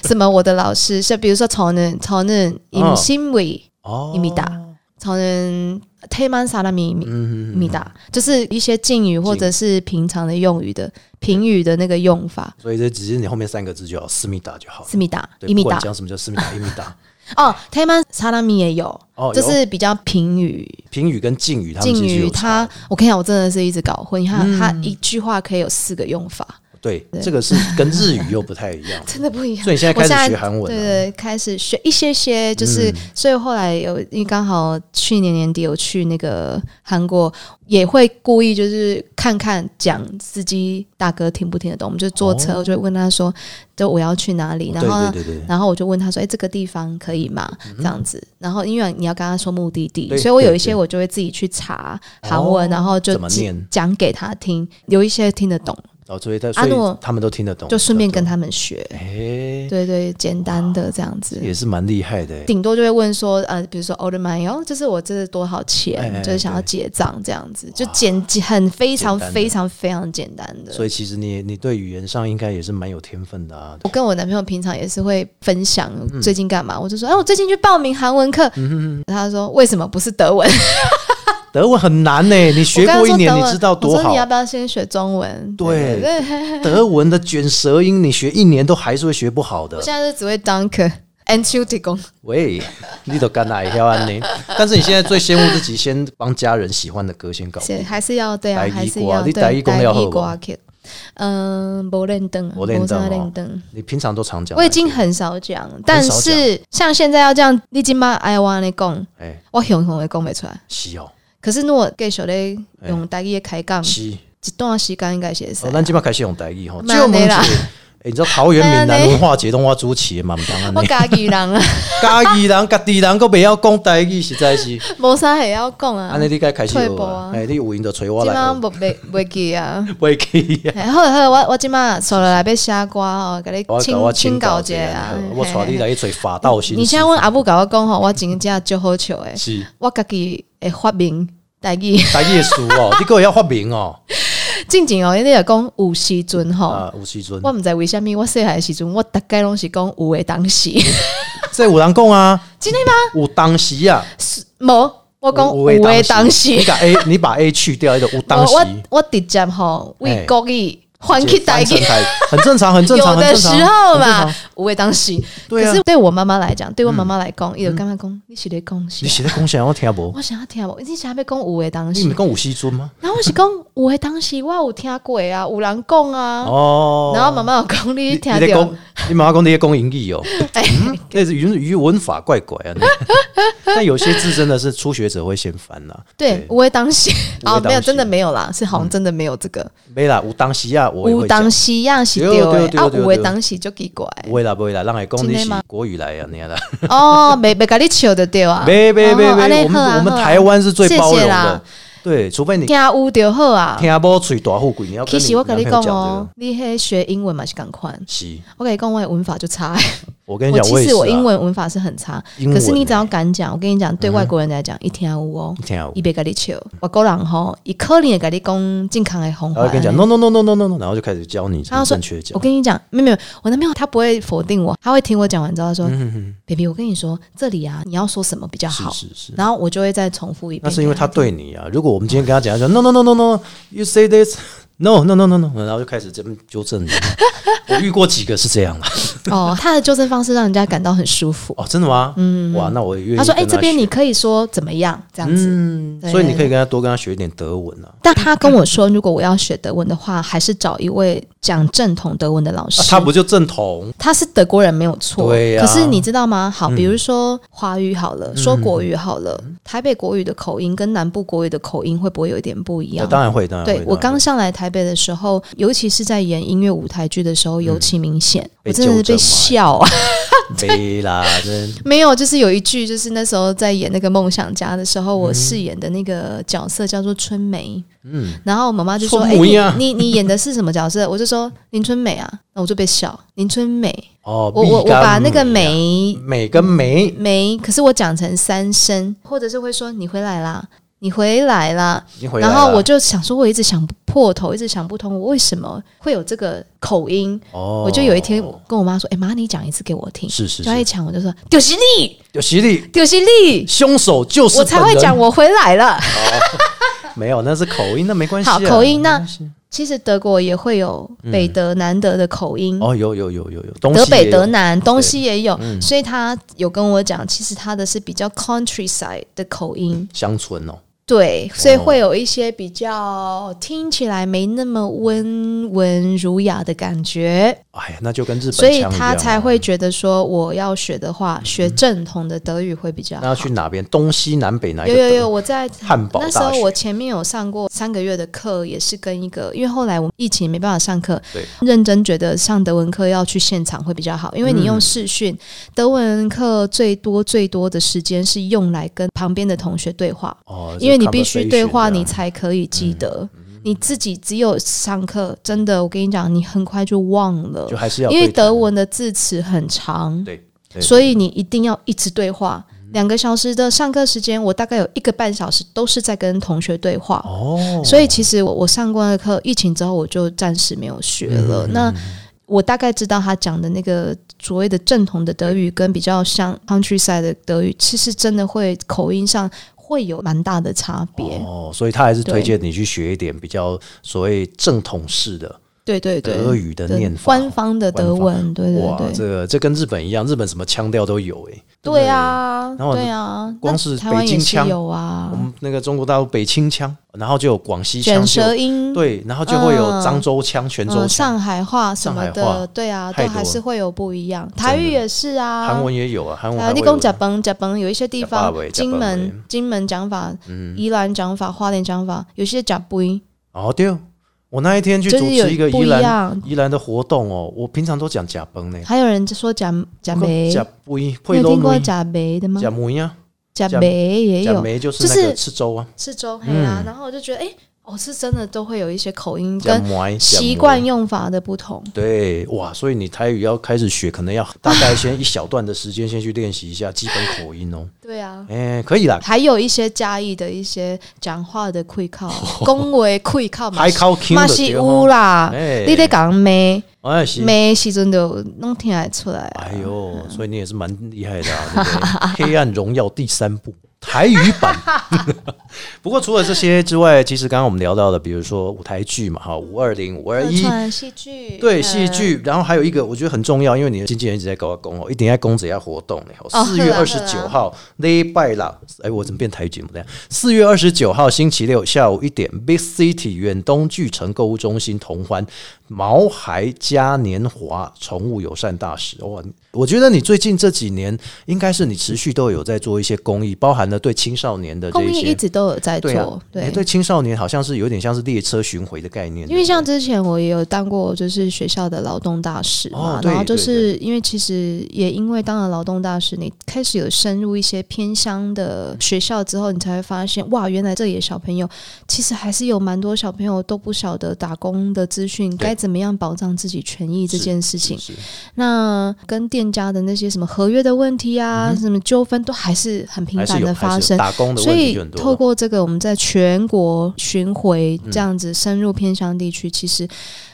S3: 什么我的老师，像比如说从人从
S1: 嗯
S3: 人임신伟
S1: 哦，
S3: 입니다从人태만사람이
S1: 嗯，
S3: 입니다，就是一些敬语或者是平常的用语的评语的那个用法，
S1: 所以这只是你后面三个字就好，思密达就好了
S3: 思。密达
S1: 对，
S3: 伊
S1: 不
S3: 米
S1: 管
S3: 达
S1: 你讲什么叫思密达、伊密 达，
S3: 哦，태만사람이也有，
S1: 哦，
S3: 就
S1: 有
S3: 是比较评语。
S1: 评语跟敬语，他们
S3: 敬
S1: 其实
S3: 语
S1: 有嗯差
S3: 它，我跟你讲，我真的是一直搞混。你看，它一句话可以有四个用法，
S1: 对，
S3: 对
S1: 这个是跟日语又不太
S3: 。
S1: 一样
S3: 真的不一样
S1: 所。以你现在
S3: 我
S1: 开
S3: 现在
S1: 始学韩文啊嗯
S3: 对
S1: 了，
S3: 对，开始学一些些，就是、所以后来有，因为刚好去年年底有去那个韩国，也会故意就是看看讲司机大哥听不听得懂，我们就坐车，
S1: 哦
S3: 我就问他说，就我要去哪里，然后呢
S1: 对对对对。嗯
S3: 然后我就问他说：“哎、这个地方可以吗？”这样子，然后因为你要跟他说目的地，
S1: 对
S3: 所以我有
S1: 对
S3: 一些
S1: 对
S3: 我就会自己去查韩文，
S1: 哦
S3: 然后就
S1: 怎么
S3: 记
S1: 念
S3: 讲给他听，有一些听得懂，
S1: 哦，所以他
S3: 啊
S1: 所
S3: 如果
S1: 以他们都听得懂，
S3: 就顺便
S1: 比较
S3: 跟
S1: 多
S3: 他们学。
S1: 哎，
S3: 对对，简单的这样子，
S1: 也是蛮厉害的。
S3: 顶多就会问说，呃，比如说 o l d m y 哦，就是我这是多少钱，
S1: 哎哎
S3: 就是想要结账这样子，就简简很非常
S1: 简单的
S3: 非常非常简单的。
S1: 所以其实你你对语言上应该也是蛮有天分的啊。
S3: 我跟我男朋友平常也是会分享
S1: 嗯
S3: 最近干嘛，我就说，哎、我最近去报名韩文课，他说为什么不是德文？
S1: 德文很难呢，你学
S3: 我跟他
S1: 过一
S3: 说
S1: 年
S3: 德，文
S1: 你知道
S3: 我
S1: 多
S3: 说
S1: 好啊
S3: 你。要不要先学中文？
S1: 对
S3: 对，
S1: 德文的卷舌音，你学一年都还是会学不好的
S3: 我。现在就只会 dunk and t u t i g
S1: 喂，你都干哪一条安呢？但是你现在最先务自己，先帮家人喜欢的歌先搞定。
S3: 是还是要对啊
S1: 台，语
S3: 还是
S1: 歌啊
S3: 要
S1: 你
S3: 对
S1: 台语讲了好不
S3: 歌曲啊嗯，不认灯，
S1: 没认真哦
S3: 没啥认真。
S1: 你平常都常讲哪
S3: 我
S1: 一
S3: 已
S1: 些，
S3: 经很少讲，但
S1: 少讲
S3: 是像现在要这样，你今把爱我你讲，
S1: 哎
S3: 我熊熊的讲不出来。
S1: 是哦
S3: 可是如果继续咧用台语的开讲，
S1: 哎是。
S3: 一段时间应该写
S1: 哦
S3: 噻。，
S1: 咱今麦开始用台语吼，
S3: 不然
S1: 就
S3: 呢
S1: 问
S3: 啦
S1: 姐，哎，你知道桃园、
S3: 不然
S1: 闽南
S3: 呢
S1: 文化节都我主持的嘛？唔当安
S3: 我
S1: 尼，
S3: 家己人 啊，
S1: 家己人、家己人都不要讲台语，实在是。
S3: 无啥会晓讲啊
S1: 安。尼你该开始
S3: 嗯退
S1: 学
S3: 步
S1: 啊
S3: 啊！
S1: 哎，你有闲就找我
S3: 今
S1: 来
S3: 晚
S1: 学，
S3: 不袂袂记啊。
S1: 袂去啊！
S3: 嘿好好，我我今晚手来要写歌哦，给你
S1: 我甲我请
S3: 请请
S1: 教
S3: 教
S1: 一
S3: 一下
S1: 下
S3: 啊。，
S1: 我带你
S3: 嘿。
S1: 来去找法道心。
S3: 你请问阿母甲我讲吼，我真正足好笑诶，
S1: 是
S3: 我家己会发明台语。
S1: 台语的事哦，你个要发明哦
S3: 进前哦，你若讲有时阵吼。
S1: 啊！有时阵
S3: 哦我，毋知为虾米，我细汉的时阵，我大概拢是讲有诶当时，
S1: 这有人讲啊，
S3: 真的吗？
S1: 有当时啊，
S3: 无，我讲
S1: 有
S3: 有诶当
S1: 你
S3: 时，
S1: 把 A 你把 A 去掉，就有
S3: 我
S1: 当时
S3: 我我直接吼为国语换去台
S1: 翻成
S3: 语。
S1: 台语，很正常，很正常， 很
S3: 有的
S1: 正
S3: 时
S1: 常。
S3: 候
S1: 很正
S3: 嘛
S1: 常，
S3: 有诶当时，
S1: 对啊嗯
S3: 可是对我妈妈来讲，对我妈妈来讲，伊就感觉讲你是咧讲
S1: 你
S3: 啥？
S1: 写的贡献我听无？
S3: 我想要听无，你想要讲有诶当
S1: 你
S3: 时
S1: 毋是，讲有时阵吗？
S3: 然后我是讲有诶当时，我有听过啊，有人讲啊，
S1: 哦，
S3: 然后妈妈有讲你
S1: 你
S3: 听
S1: 你在
S3: 着
S1: 讲，你妈妈讲你在讲英语哦。
S3: 哎，
S1: 那是语语文法怪怪啊！那但有些字真的是初学者会先啊翻啦。
S3: 对，无诶当时
S1: 有的
S3: 啊，
S1: 当时嗯
S3: 没有，真的没有啦，是好像真的没有这个。
S1: 没啦，有当时啊，我也
S3: 有
S1: 会讲
S3: 当。时也是
S1: 对
S3: 对
S1: 对
S3: 的，
S1: 对
S3: 啊，
S1: 对
S3: 有的
S1: 对
S3: 当时就奇怪。
S1: 不会啦，不会啦，让来讲你
S3: 真
S1: 是
S3: 的吗
S1: 国语来啊，你啦，
S3: 哦，没没跟你笑的对啊，
S1: 没没没
S3: 哦安尼
S1: 没，我
S3: 好
S1: 们
S3: 啊
S1: 我们
S3: 好啊
S1: 台湾是最包
S3: 谢
S1: 容
S3: 谢啦
S1: 的，对，除非你
S3: 听有就好啊。
S1: 听不嘴大富贵，你要
S3: 其
S1: 跟你
S3: 实我跟
S1: 男
S3: 你
S1: 朋友
S3: 讲
S1: 这
S3: 哦
S1: 个，，
S3: 你迄学英文嘛是共款。
S1: 是，
S3: 我跟你讲，我的文法就 差。
S1: 我跟你
S3: 我
S1: 讲，
S3: 其
S1: 也
S3: 实
S1: 是
S3: 我
S1: 啊
S3: 英文文法是很差，
S1: 英文
S3: 可是你只要敢讲，我跟你讲，对外国人来讲，一听有哦，
S1: 听啊有
S3: 伊别跟你笑。外国人吼，伊可能会跟你讲健康的方
S1: 然后
S3: 法。
S1: 跟你讲 no no no no no no no，然后就开始教你怎
S3: 他
S1: 么
S3: 就说
S1: 正确：“讲
S3: 我，跟你讲，没有没有，我男朋友他不会否定我，他会听我讲完之后他说、b
S1: 嗯
S3: a b y 我跟你说，这里啊，你要说什么比较好。
S1: 是是是。
S3: 然后我就会再重复一遍。
S1: 那是因为他对你啊。如果我们今天跟他讲，他说 no no no no no，you say this， no no no no no，然后就开始这边纠正你。我遇过几个是这样的
S3: 哦，他的纠正方式让人家感到很舒服。
S1: 哦，真的吗？嗯，哇，那我也愿意
S3: 他说：“哎、
S1: 跟
S3: 这边
S1: 学
S3: 你可以说怎么样？”这样子。
S1: 嗯，所以你可以跟他多跟他学一点德文啊。
S3: 但他跟我说，如果我要学德文的话，还是找一位讲正统德文的老师。
S1: 啊他不就正统？
S3: 他是德国人没有错，
S1: 对呀嗯
S3: 可是你知道吗？好，比如说华语好了，说国语好了，台北国语的口音跟南部国语的口音会不会有一点不一样？
S1: 哦当然会，当然会。
S3: 对我
S1: 当然
S3: 刚上来台北的时候，尤其是在演音乐舞台剧的时候，尤其明显，
S1: 嗯被
S3: 我真的
S1: 纠
S3: 是
S1: 正嘛
S3: 被笑啊！
S1: 会没啦，真
S3: 没有，就是有一句，就是那时候在演那个《梦想家》的时候，我饰演的那个角色叫做春梅，
S1: 嗯，
S3: 然后我妈妈就说：“
S1: 春
S3: 哎、
S1: 梅啊呀
S3: 你你你演的是什么角色？”我就说：“林春梅啊。”那我就被笑，林春梅。
S1: 哦，
S3: 我我我
S1: 蜜柑
S3: 把那个
S1: 梅啊
S3: 梅
S1: 美跟梅，
S3: 梅，可是我讲成三声，或者是会说你回来啦，你回来啦。
S1: 你回来
S3: 然
S1: 了
S3: 后我就想说，我一直想破头，一直想不通，我为什么会有这个口音？
S1: 哦，
S3: 我就有一天跟我妈说：“哎、妈，你讲一次给我听。”
S1: 是是
S3: 就她
S1: 是，
S3: 一讲，我就说：“丢犀利，
S1: 有犀利，
S3: 丢犀利，
S1: 凶手就是
S3: 我才
S1: 本
S3: 会
S1: 人
S3: 讲我回 来了。
S1: 没有，那是口音，那没关系啊。
S3: 好，口音
S1: 没
S3: 那
S1: 关系
S3: 其实德国也会有北德、南德的口音。
S1: 嗯哦，有有有有有，嗯东
S3: 德
S1: 西也
S3: 北
S1: 有
S3: 德南东西也有，所以他有跟我讲，其实他的是比较 countryside 的口音，
S1: 乡村哦，
S3: 对，所以
S1: 哦
S3: 会有一些比较听起来没那么温文儒雅的感觉，
S1: 哎呀，那就跟日本
S3: 所以
S1: 腔一
S3: 他
S1: 样
S3: 才
S1: 啊
S3: 会觉得说，我要学的话，学正统的德语会比较
S1: 那要
S3: 好。
S1: 去哪边？东西南北哪一
S3: 有
S1: 个？
S3: 有有，，我在
S1: 汉堡
S3: 那时
S1: 大
S3: 候
S1: 学
S3: 我前面有上过三个月的课，也是跟一个，因为后来我们疫情没办法上课
S1: 对，
S3: 认真觉得上德文课要去现场会比较好，因为你用视讯，
S1: 嗯
S3: 德文课最多最多的时间是用来跟旁边的同学对话，
S1: 哦，
S3: 因为你必须对话，你
S1: 才
S3: 才可以记得。
S1: 嗯
S3: 你自己只有上课，真的，我跟你讲，你很快就忘了
S1: 就，还是要
S3: 因为
S1: 对谈
S3: 德文的字词很长，
S1: 对，对嗯
S3: 所以你一定要一直对话。两个小时的上课时间，我大概有一个半小时都是在跟同学对话。
S1: 哦，
S3: 所以其实我我上过的课，疫情之后我就暂时没有学
S1: 嗯
S3: 了。那我大概知道他讲的那个所谓的正统的德语，跟比较像 countryside 的德语，其实真的会口音上会有蛮大的差别。
S1: 哦，所以他还是
S3: 对
S1: 推荐你去学一点比较所谓正统式的
S3: 对对对，
S1: 德语的念法。
S3: 官方的德文，对
S1: 哇，
S3: 对对，
S1: 这个这跟日本一样，日本什么腔调都有诶、
S3: 对啊，
S1: 然后
S3: 对啊，
S1: 光是
S3: 那台湾
S1: 北
S3: 也
S1: 京
S3: 是
S1: 腔
S3: 有啊
S1: 我，们那个中国大陆北清腔，然后就有广西腔，
S3: 卷
S1: 就有
S3: 舌音，
S1: 对，然后就会有
S3: 嗯
S1: 漳州腔、泉州
S3: 嗯，
S1: 腔，
S3: 上海话什么
S1: 上海话
S3: 的，对啊，
S1: 太
S3: 都
S1: 多了
S3: 还是会有不一样。台语也是啊，
S1: 韩、文也有啊，韩文
S3: 还有
S1: 还
S3: 你
S1: 会
S3: 讲
S1: 有
S3: 甲崩甲崩，有一些地
S1: 吃饱
S3: 方
S1: 未，
S3: 金
S1: 吃饱
S3: 门金门讲法，宜兰讲法，花莲讲法，有些甲不一，
S1: 哦对哦，我那一天去
S3: 就
S1: 主
S3: 是
S1: 持一个
S3: 有
S1: 宜
S3: 不一
S1: 兰
S3: 样。
S1: 宜兰的活动哦，我平常都讲甲崩呢，
S3: 还有人就说甲甲梅，
S1: 甲
S3: 你
S1: 不一，配
S3: 有
S1: 肉
S3: 听过
S1: 梅，
S3: 甲梅的吗？
S1: 甲梅呀，
S3: 甲梅也
S1: 甲
S3: 有，
S1: 梅就是那
S3: 就
S1: 个
S3: 是
S1: 吃粥啊，
S3: 是周黑啊。然后我就觉得，哎，哦，是真的都会有一些口音
S1: 甲
S3: 跟
S1: 梅甲梅
S3: 习惯用法的不同。
S1: 对，哇，所以你台语要开始学，可能要大概先一小段的时间，先去练习一下基本口音哦。
S3: 对啊。
S1: 哎、可以啦，
S3: 还有一些嘉义的一些讲话的会 靠，恭维会靠嘛
S1: 还考 Q
S3: 嘛
S1: 的
S3: 是
S1: 对
S3: 有
S1: 哦，
S3: 啦，
S1: 哎
S3: 你在讲咩
S1: 哎是，
S3: 咩时阵就拢听得出来啊。
S1: 哎呦，所以你也是蛮厉害的、啊，对不对？《黑暗荣耀》第三部台语版。 不过除了这些之外，其实刚刚我们聊到的，比如说舞台剧嘛，哈，五二零、五二
S3: 客
S1: 一，
S3: 串戏剧，
S1: 对
S3: 嗯
S1: 戏，剧，然后还有一个我觉得很重要，因为你的经纪人一直在搞公哦，一定要公子要活动嘞。
S3: 哦
S1: 四月
S3: 好
S1: 二
S3: 啦
S1: 十九号礼拜啦，哎，我怎么变台语节目这样？四月二十九号星期六下午一点，Big City 远东巨城购物中心同欢毛孩嘉年华宠物友善大使。哇，我觉得你最近这几年应该是你持续都有在做一些公益，包含了对青少年的这
S3: 呃公益
S1: 些
S3: 一。直都有在
S1: 对啊
S3: 做，，
S1: 你
S3: 对。
S1: 对青少年好像是有点像是列车巡回的概念，
S3: 因为像之前我也有当过，就是学校的劳动大使嘛，
S1: 哦对
S3: 然后就是因为其实也因为当了劳动大使，你开始有深入一些偏乡的学校之后，你才会发现哇，原来这里的小朋友其实还是有蛮多小朋友都不晓得打工的资讯
S1: 对
S3: 该怎么样保障自己权益这件事情
S1: 是。是
S3: 那跟店家的那些什么合约的问题啊，什么纠纷都还是很
S1: 嗯
S3: 频
S1: 还是
S3: 繁
S1: 有
S3: 的发
S1: 还是有
S3: 生。
S1: 打工的
S3: 所
S1: 问题
S3: 以
S1: 就很，多了。嗯
S3: 透过这个，我们在全国巡回这样子深入偏乡地区，其实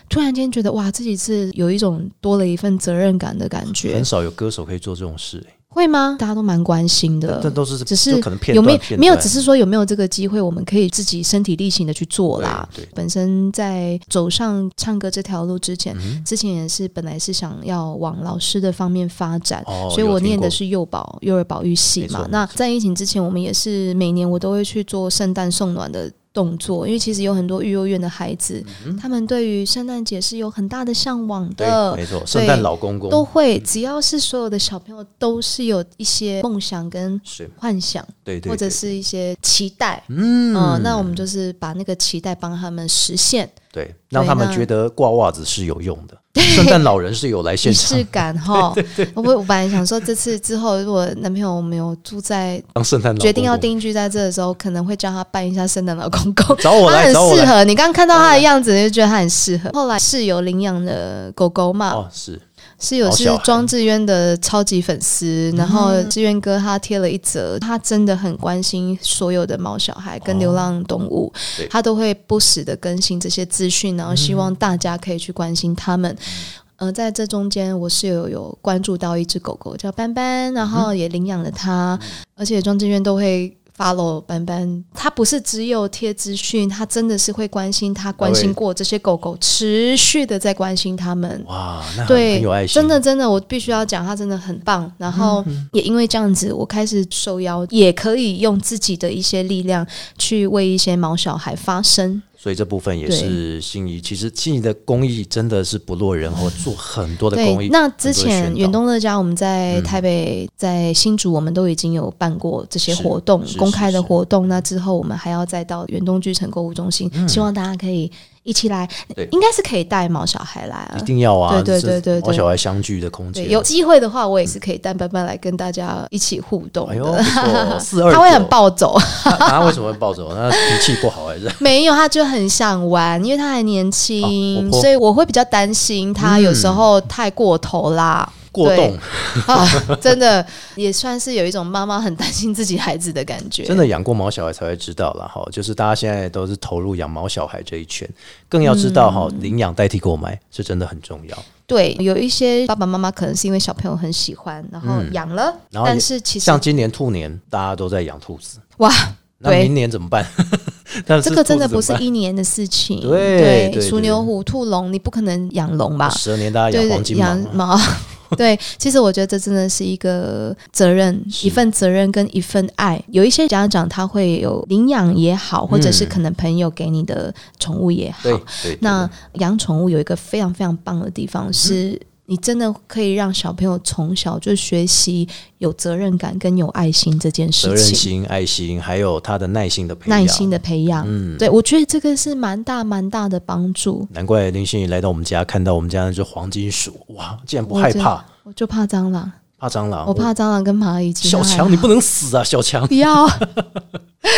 S3: 突然间觉得哇，自己是有一种多了一份责任感的感觉
S1: 很。少有歌手可以做这种事、欸
S3: 会吗？大家都蛮关心的，
S1: 这都是
S3: 只是
S1: 就可能片
S3: 有没
S1: 段
S3: 有
S1: 片
S3: 没有，
S1: 段
S3: 只是说有没有这个机会，我们可以自己身体力行的去做啦。
S1: 对对
S3: 本身在走上唱歌这条路之
S1: 嗯
S3: 前，之前也是本来是想要往老师的方面发展，
S1: 哦
S3: 所以
S1: 有
S3: 我
S1: 听
S3: 念
S1: 过
S3: 的是幼保幼儿保育系
S1: 没错
S3: 嘛
S1: 没。
S3: 那在疫情之前，我们也是每年我都会去做圣诞送暖的。动作，因为其实有很多育幼院的孩子，
S1: 嗯
S3: 他们对于圣诞节是有很大的向往的
S1: 对，。没错，嗯圣诞
S3: 对
S1: 老公公
S3: 都会，只要是所有的小朋友都是有一些梦想跟
S1: 是，
S3: 幻想，
S1: 对对，
S3: 或者
S1: 对
S3: 是一些期待。
S1: 嗯
S3: 嗯、那我们就是把那个期待帮他们实现，
S1: 对，让他们
S3: 那
S1: 觉得挂袜子是有用的， 圣诞老人是有来现
S3: 仪
S1: 场
S3: 式 感哈。我我本来想说，这次之后如果男朋友没有住在
S1: 当圣诞老
S3: 决定要
S1: 公公
S3: 定居在这的时候，可能会叫他扮一下圣诞老公公。
S1: 找 我
S3: 他
S1: 来，
S3: 很
S1: 找我
S3: 适
S1: 来
S3: 合，你刚刚看到他的样子，你就觉得他很适合。后来室友领养了狗狗嘛，
S1: 哦，是
S3: 室友
S1: 好
S3: 是
S1: 小孩
S3: 庄志渊的超级粉丝，然后志渊哥他贴了一则，他真的很关心所有的毛小孩跟流浪动物，
S1: 哦对嗯
S3: 他都会不时的更新这些资讯，然后希望大家可以去关心他们。呃，在这中间，我室友有关注到一只狗狗叫斑斑，然
S1: 嗯
S3: 后也领养了它，而且庄志渊都会 follow 斑斑。他不是只有贴资讯，他真的是会关心他关
S1: 对
S3: 心过这些狗狗，持续的在关心他们。
S1: 哇，那很
S3: 对，
S1: 啊很有爱心，
S3: 真的真的，我必须要讲，他真的很棒。然后也因为这样子，我开始受邀，也可以用自己的一些力量去为一些毛小孩发声。
S1: 所以这部分也
S3: 对
S1: 是心仪，其实心仪的公益真的是不落人后， 做很多的公益
S3: 对，。那
S1: 很多的
S3: 之前
S1: 宣导嗯
S3: 远东乐家，我们在台北、在新竹，我们都已经有办过这些活动
S1: 是是，
S3: 公开
S1: 是
S3: 的
S1: 是
S3: 活动。那之后，我们还要再到远东巨城购物中心，希望大家可以一起来
S1: 嗯对，
S3: 应该是可以带毛小孩来啊
S1: 一。定要啊！
S3: 对对对
S1: 这是
S3: 对对
S1: 毛小孩相聚的空
S3: 对，
S1: 间，
S3: 有机会的话，我也是可以带班班来跟大家一起互动
S1: 哎
S3: 的。
S1: 呦，不错，四二
S3: 他会很暴走，
S1: 他 他为什么会暴走？他脾气不好哎还是？
S3: 没有，他就很想玩，因为他还年
S1: 哦
S3: 轻，
S1: 活泼嗯
S3: 所以我会比较担心他有时候太过头 啦。
S1: 过动，
S3: 啊，真的也算是有一种妈妈很担心自己孩子的感觉。
S1: 真的养过毛小孩才会知道了哈。就是大家现在都是投入养毛小孩这一圈，更要知道哈，
S3: 嗯
S1: 领养代替购买是真的很重要。
S3: 对，有一些爸爸妈妈可能是因为小朋友很喜欢，然后养了，
S1: 嗯然后也
S3: 但是其实
S1: 像今年兔年，大家都在养兔子，
S3: 哇，
S1: 那
S3: 对
S1: 明年怎么办？ 但是
S3: 这个真的
S1: 兔
S3: 不
S1: 子怎
S3: 是
S1: 么办
S3: 一年的事情。
S1: 对对对
S3: 鼠、牛、虎、兔、龙，你不可能养龙吧？
S1: 十二年大家
S3: 对
S1: 养黄金
S3: 羊
S1: 忙啊，
S3: 毛。 对，其实我觉得这真的是一个责任，一份责任跟一份爱。有一些家长他会有领养也好，或者是
S1: 嗯
S3: 可能朋友给你的宠物也好。
S1: 对对，
S3: 那养宠物有一个非常非常棒的地
S1: 嗯
S3: 方是。你真的可以让小朋友从小就学习有责任感跟有爱心这件
S1: 责
S3: 事
S1: 任
S3: 情，
S1: 心、爱心，还有他的耐心的培养。
S3: 耐心的培养。
S1: 嗯
S3: 对我觉得这个是蛮大蛮大的帮助。
S1: 难怪林心怡来到我们家，看到我们家那只黄金鼠，哇，竟然不害怕，
S3: 我就怕蟑螂，
S1: 怕蟑螂。
S3: 我怕蟑螂跟蚂蚁。其他
S1: 小
S3: 还
S1: 强，
S3: 好
S1: 你不能死啊，小强。
S3: 不要。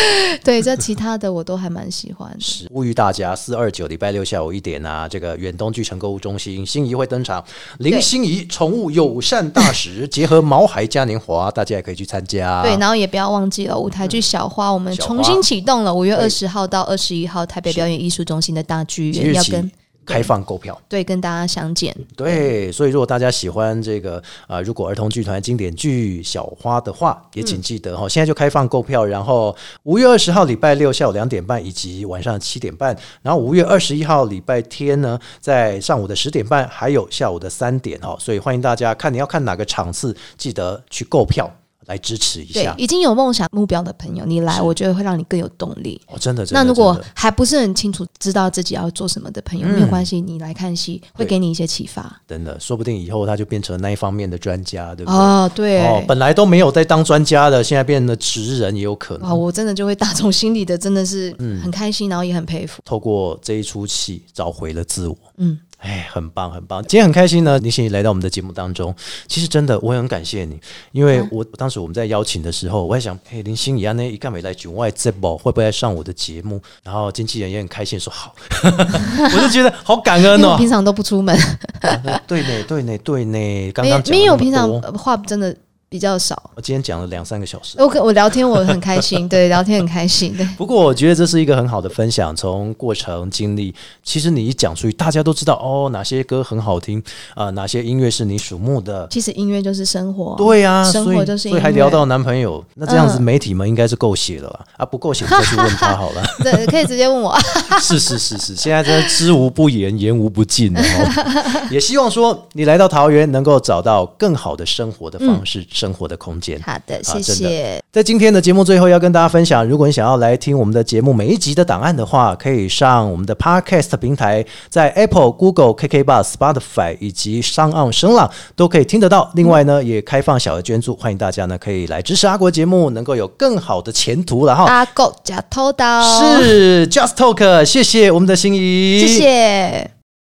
S3: 对，这其他的我都还蛮喜欢的。
S1: 是呼吁大家，四二九礼拜六下午一点啊，这个远东巨城购物中心，心仪会登场，林
S3: 对
S1: 心仪宠物友善大使，结合毛孩嘉年华，大家也可以去参加。
S3: 对，然后也不要忘记了舞台剧《小花》，我们
S1: 啊嗯小花
S3: 重新启动了，五月
S1: 对
S3: 二十号到二十一号，台北表演艺术中心的大剧
S1: 即
S3: 院
S1: 日
S3: 要
S1: 起
S3: 跟
S1: 开放购票。
S3: 对跟大家相见。
S1: 对，所以如果大家喜欢这个呃，如果儿童剧团经典剧《小花》的话，也请记
S3: 嗯
S1: 得哈、现在就开放购票，然后五月二十号礼拜六下午两点半以及晚上七点半，然后五月二十一号礼拜天呢，在上午的十点半还有下午的三点哈、所以欢迎大家看你要看哪个场次，记得去购票来支持一
S3: 对
S1: 下，。
S3: 已经有梦想目标的朋友，你来，我觉得会让你更有动力。
S1: 哦，真的，真的
S3: 那如果
S1: 真的嗯
S3: 还不是很清楚知道自己要做什么的朋友，没有关系，你来看戏会
S1: 对
S3: 给你一些启发。
S1: 真的，说不定以后他就变成那一方面的专家，对不对？
S3: 哦，对，
S1: 哦，本来都没有在当专家的，现在变得职人也有可能
S3: 哇，。我真的就会打从心里的，真的是
S1: 嗯
S3: 很开心，然后也很佩服。
S1: 透过这一出戏找回了自我。
S3: 嗯，
S1: 哎，很棒，很棒！今天很开心呢，林心怡来到我们的节目当中。其实真的，我也很感谢你，因
S3: 啊
S1: 为我、当时我们在邀请的时候，我还想，哎，林心怡啊，那一干没来九外这宝会不会来上我的节目？然后经纪人也很开心说 好，我就觉得好感
S3: 因
S1: 恩
S3: 为
S1: 哦
S3: 我。平常都不出门，
S1: 对呢，对呢，对呢，刚
S3: 没
S1: 刚讲了
S3: 没
S1: 那
S3: 有
S1: 么
S3: 平常
S1: 多
S3: 呃话真的比较少。
S1: 我今天讲了两三个小时。
S3: 我跟我聊天我很 开心，对，聊天很开心，对。
S1: 不过我觉得这是一个很好的分享，从过程经历，其实你一讲出去，大家都知道哦，哪些歌很好听啊、呃哪些音乐是你瞩目的。
S3: 其实音乐就是生活，啊
S1: 对呀、
S3: 生
S1: 所以
S3: 活就是
S1: 所以还
S3: 音乐
S1: 聊到男朋友，那这样子
S3: 嗯
S1: 媒体们应该是够写的 了、啊，不够写就去问他好了。
S3: 对，可以直接问我。
S1: 是是是是，现在真的知无不言，言无不尽哦。也希望说你来到桃园能够找到更好的生活的方式、生活的空间。
S3: 好的，
S1: 好
S3: 谢
S1: 真的
S3: 谢。
S1: 在今天的节目最后，要跟大家分享，如果你想要来听我们的节目每一集的档案的话，可以上我们的 Podcast 平台，在 Apple、Google、KK Bus、Spotify 以及上岸声浪都可以听得到。另外呢，也开放小额捐助，欢迎大家呢可以来支持阿国节目，能够有更好的前途了哈。
S3: 阿狗加偷刀，
S1: 是 Just Talk，谢谢我们的心仪，
S3: 谢谢。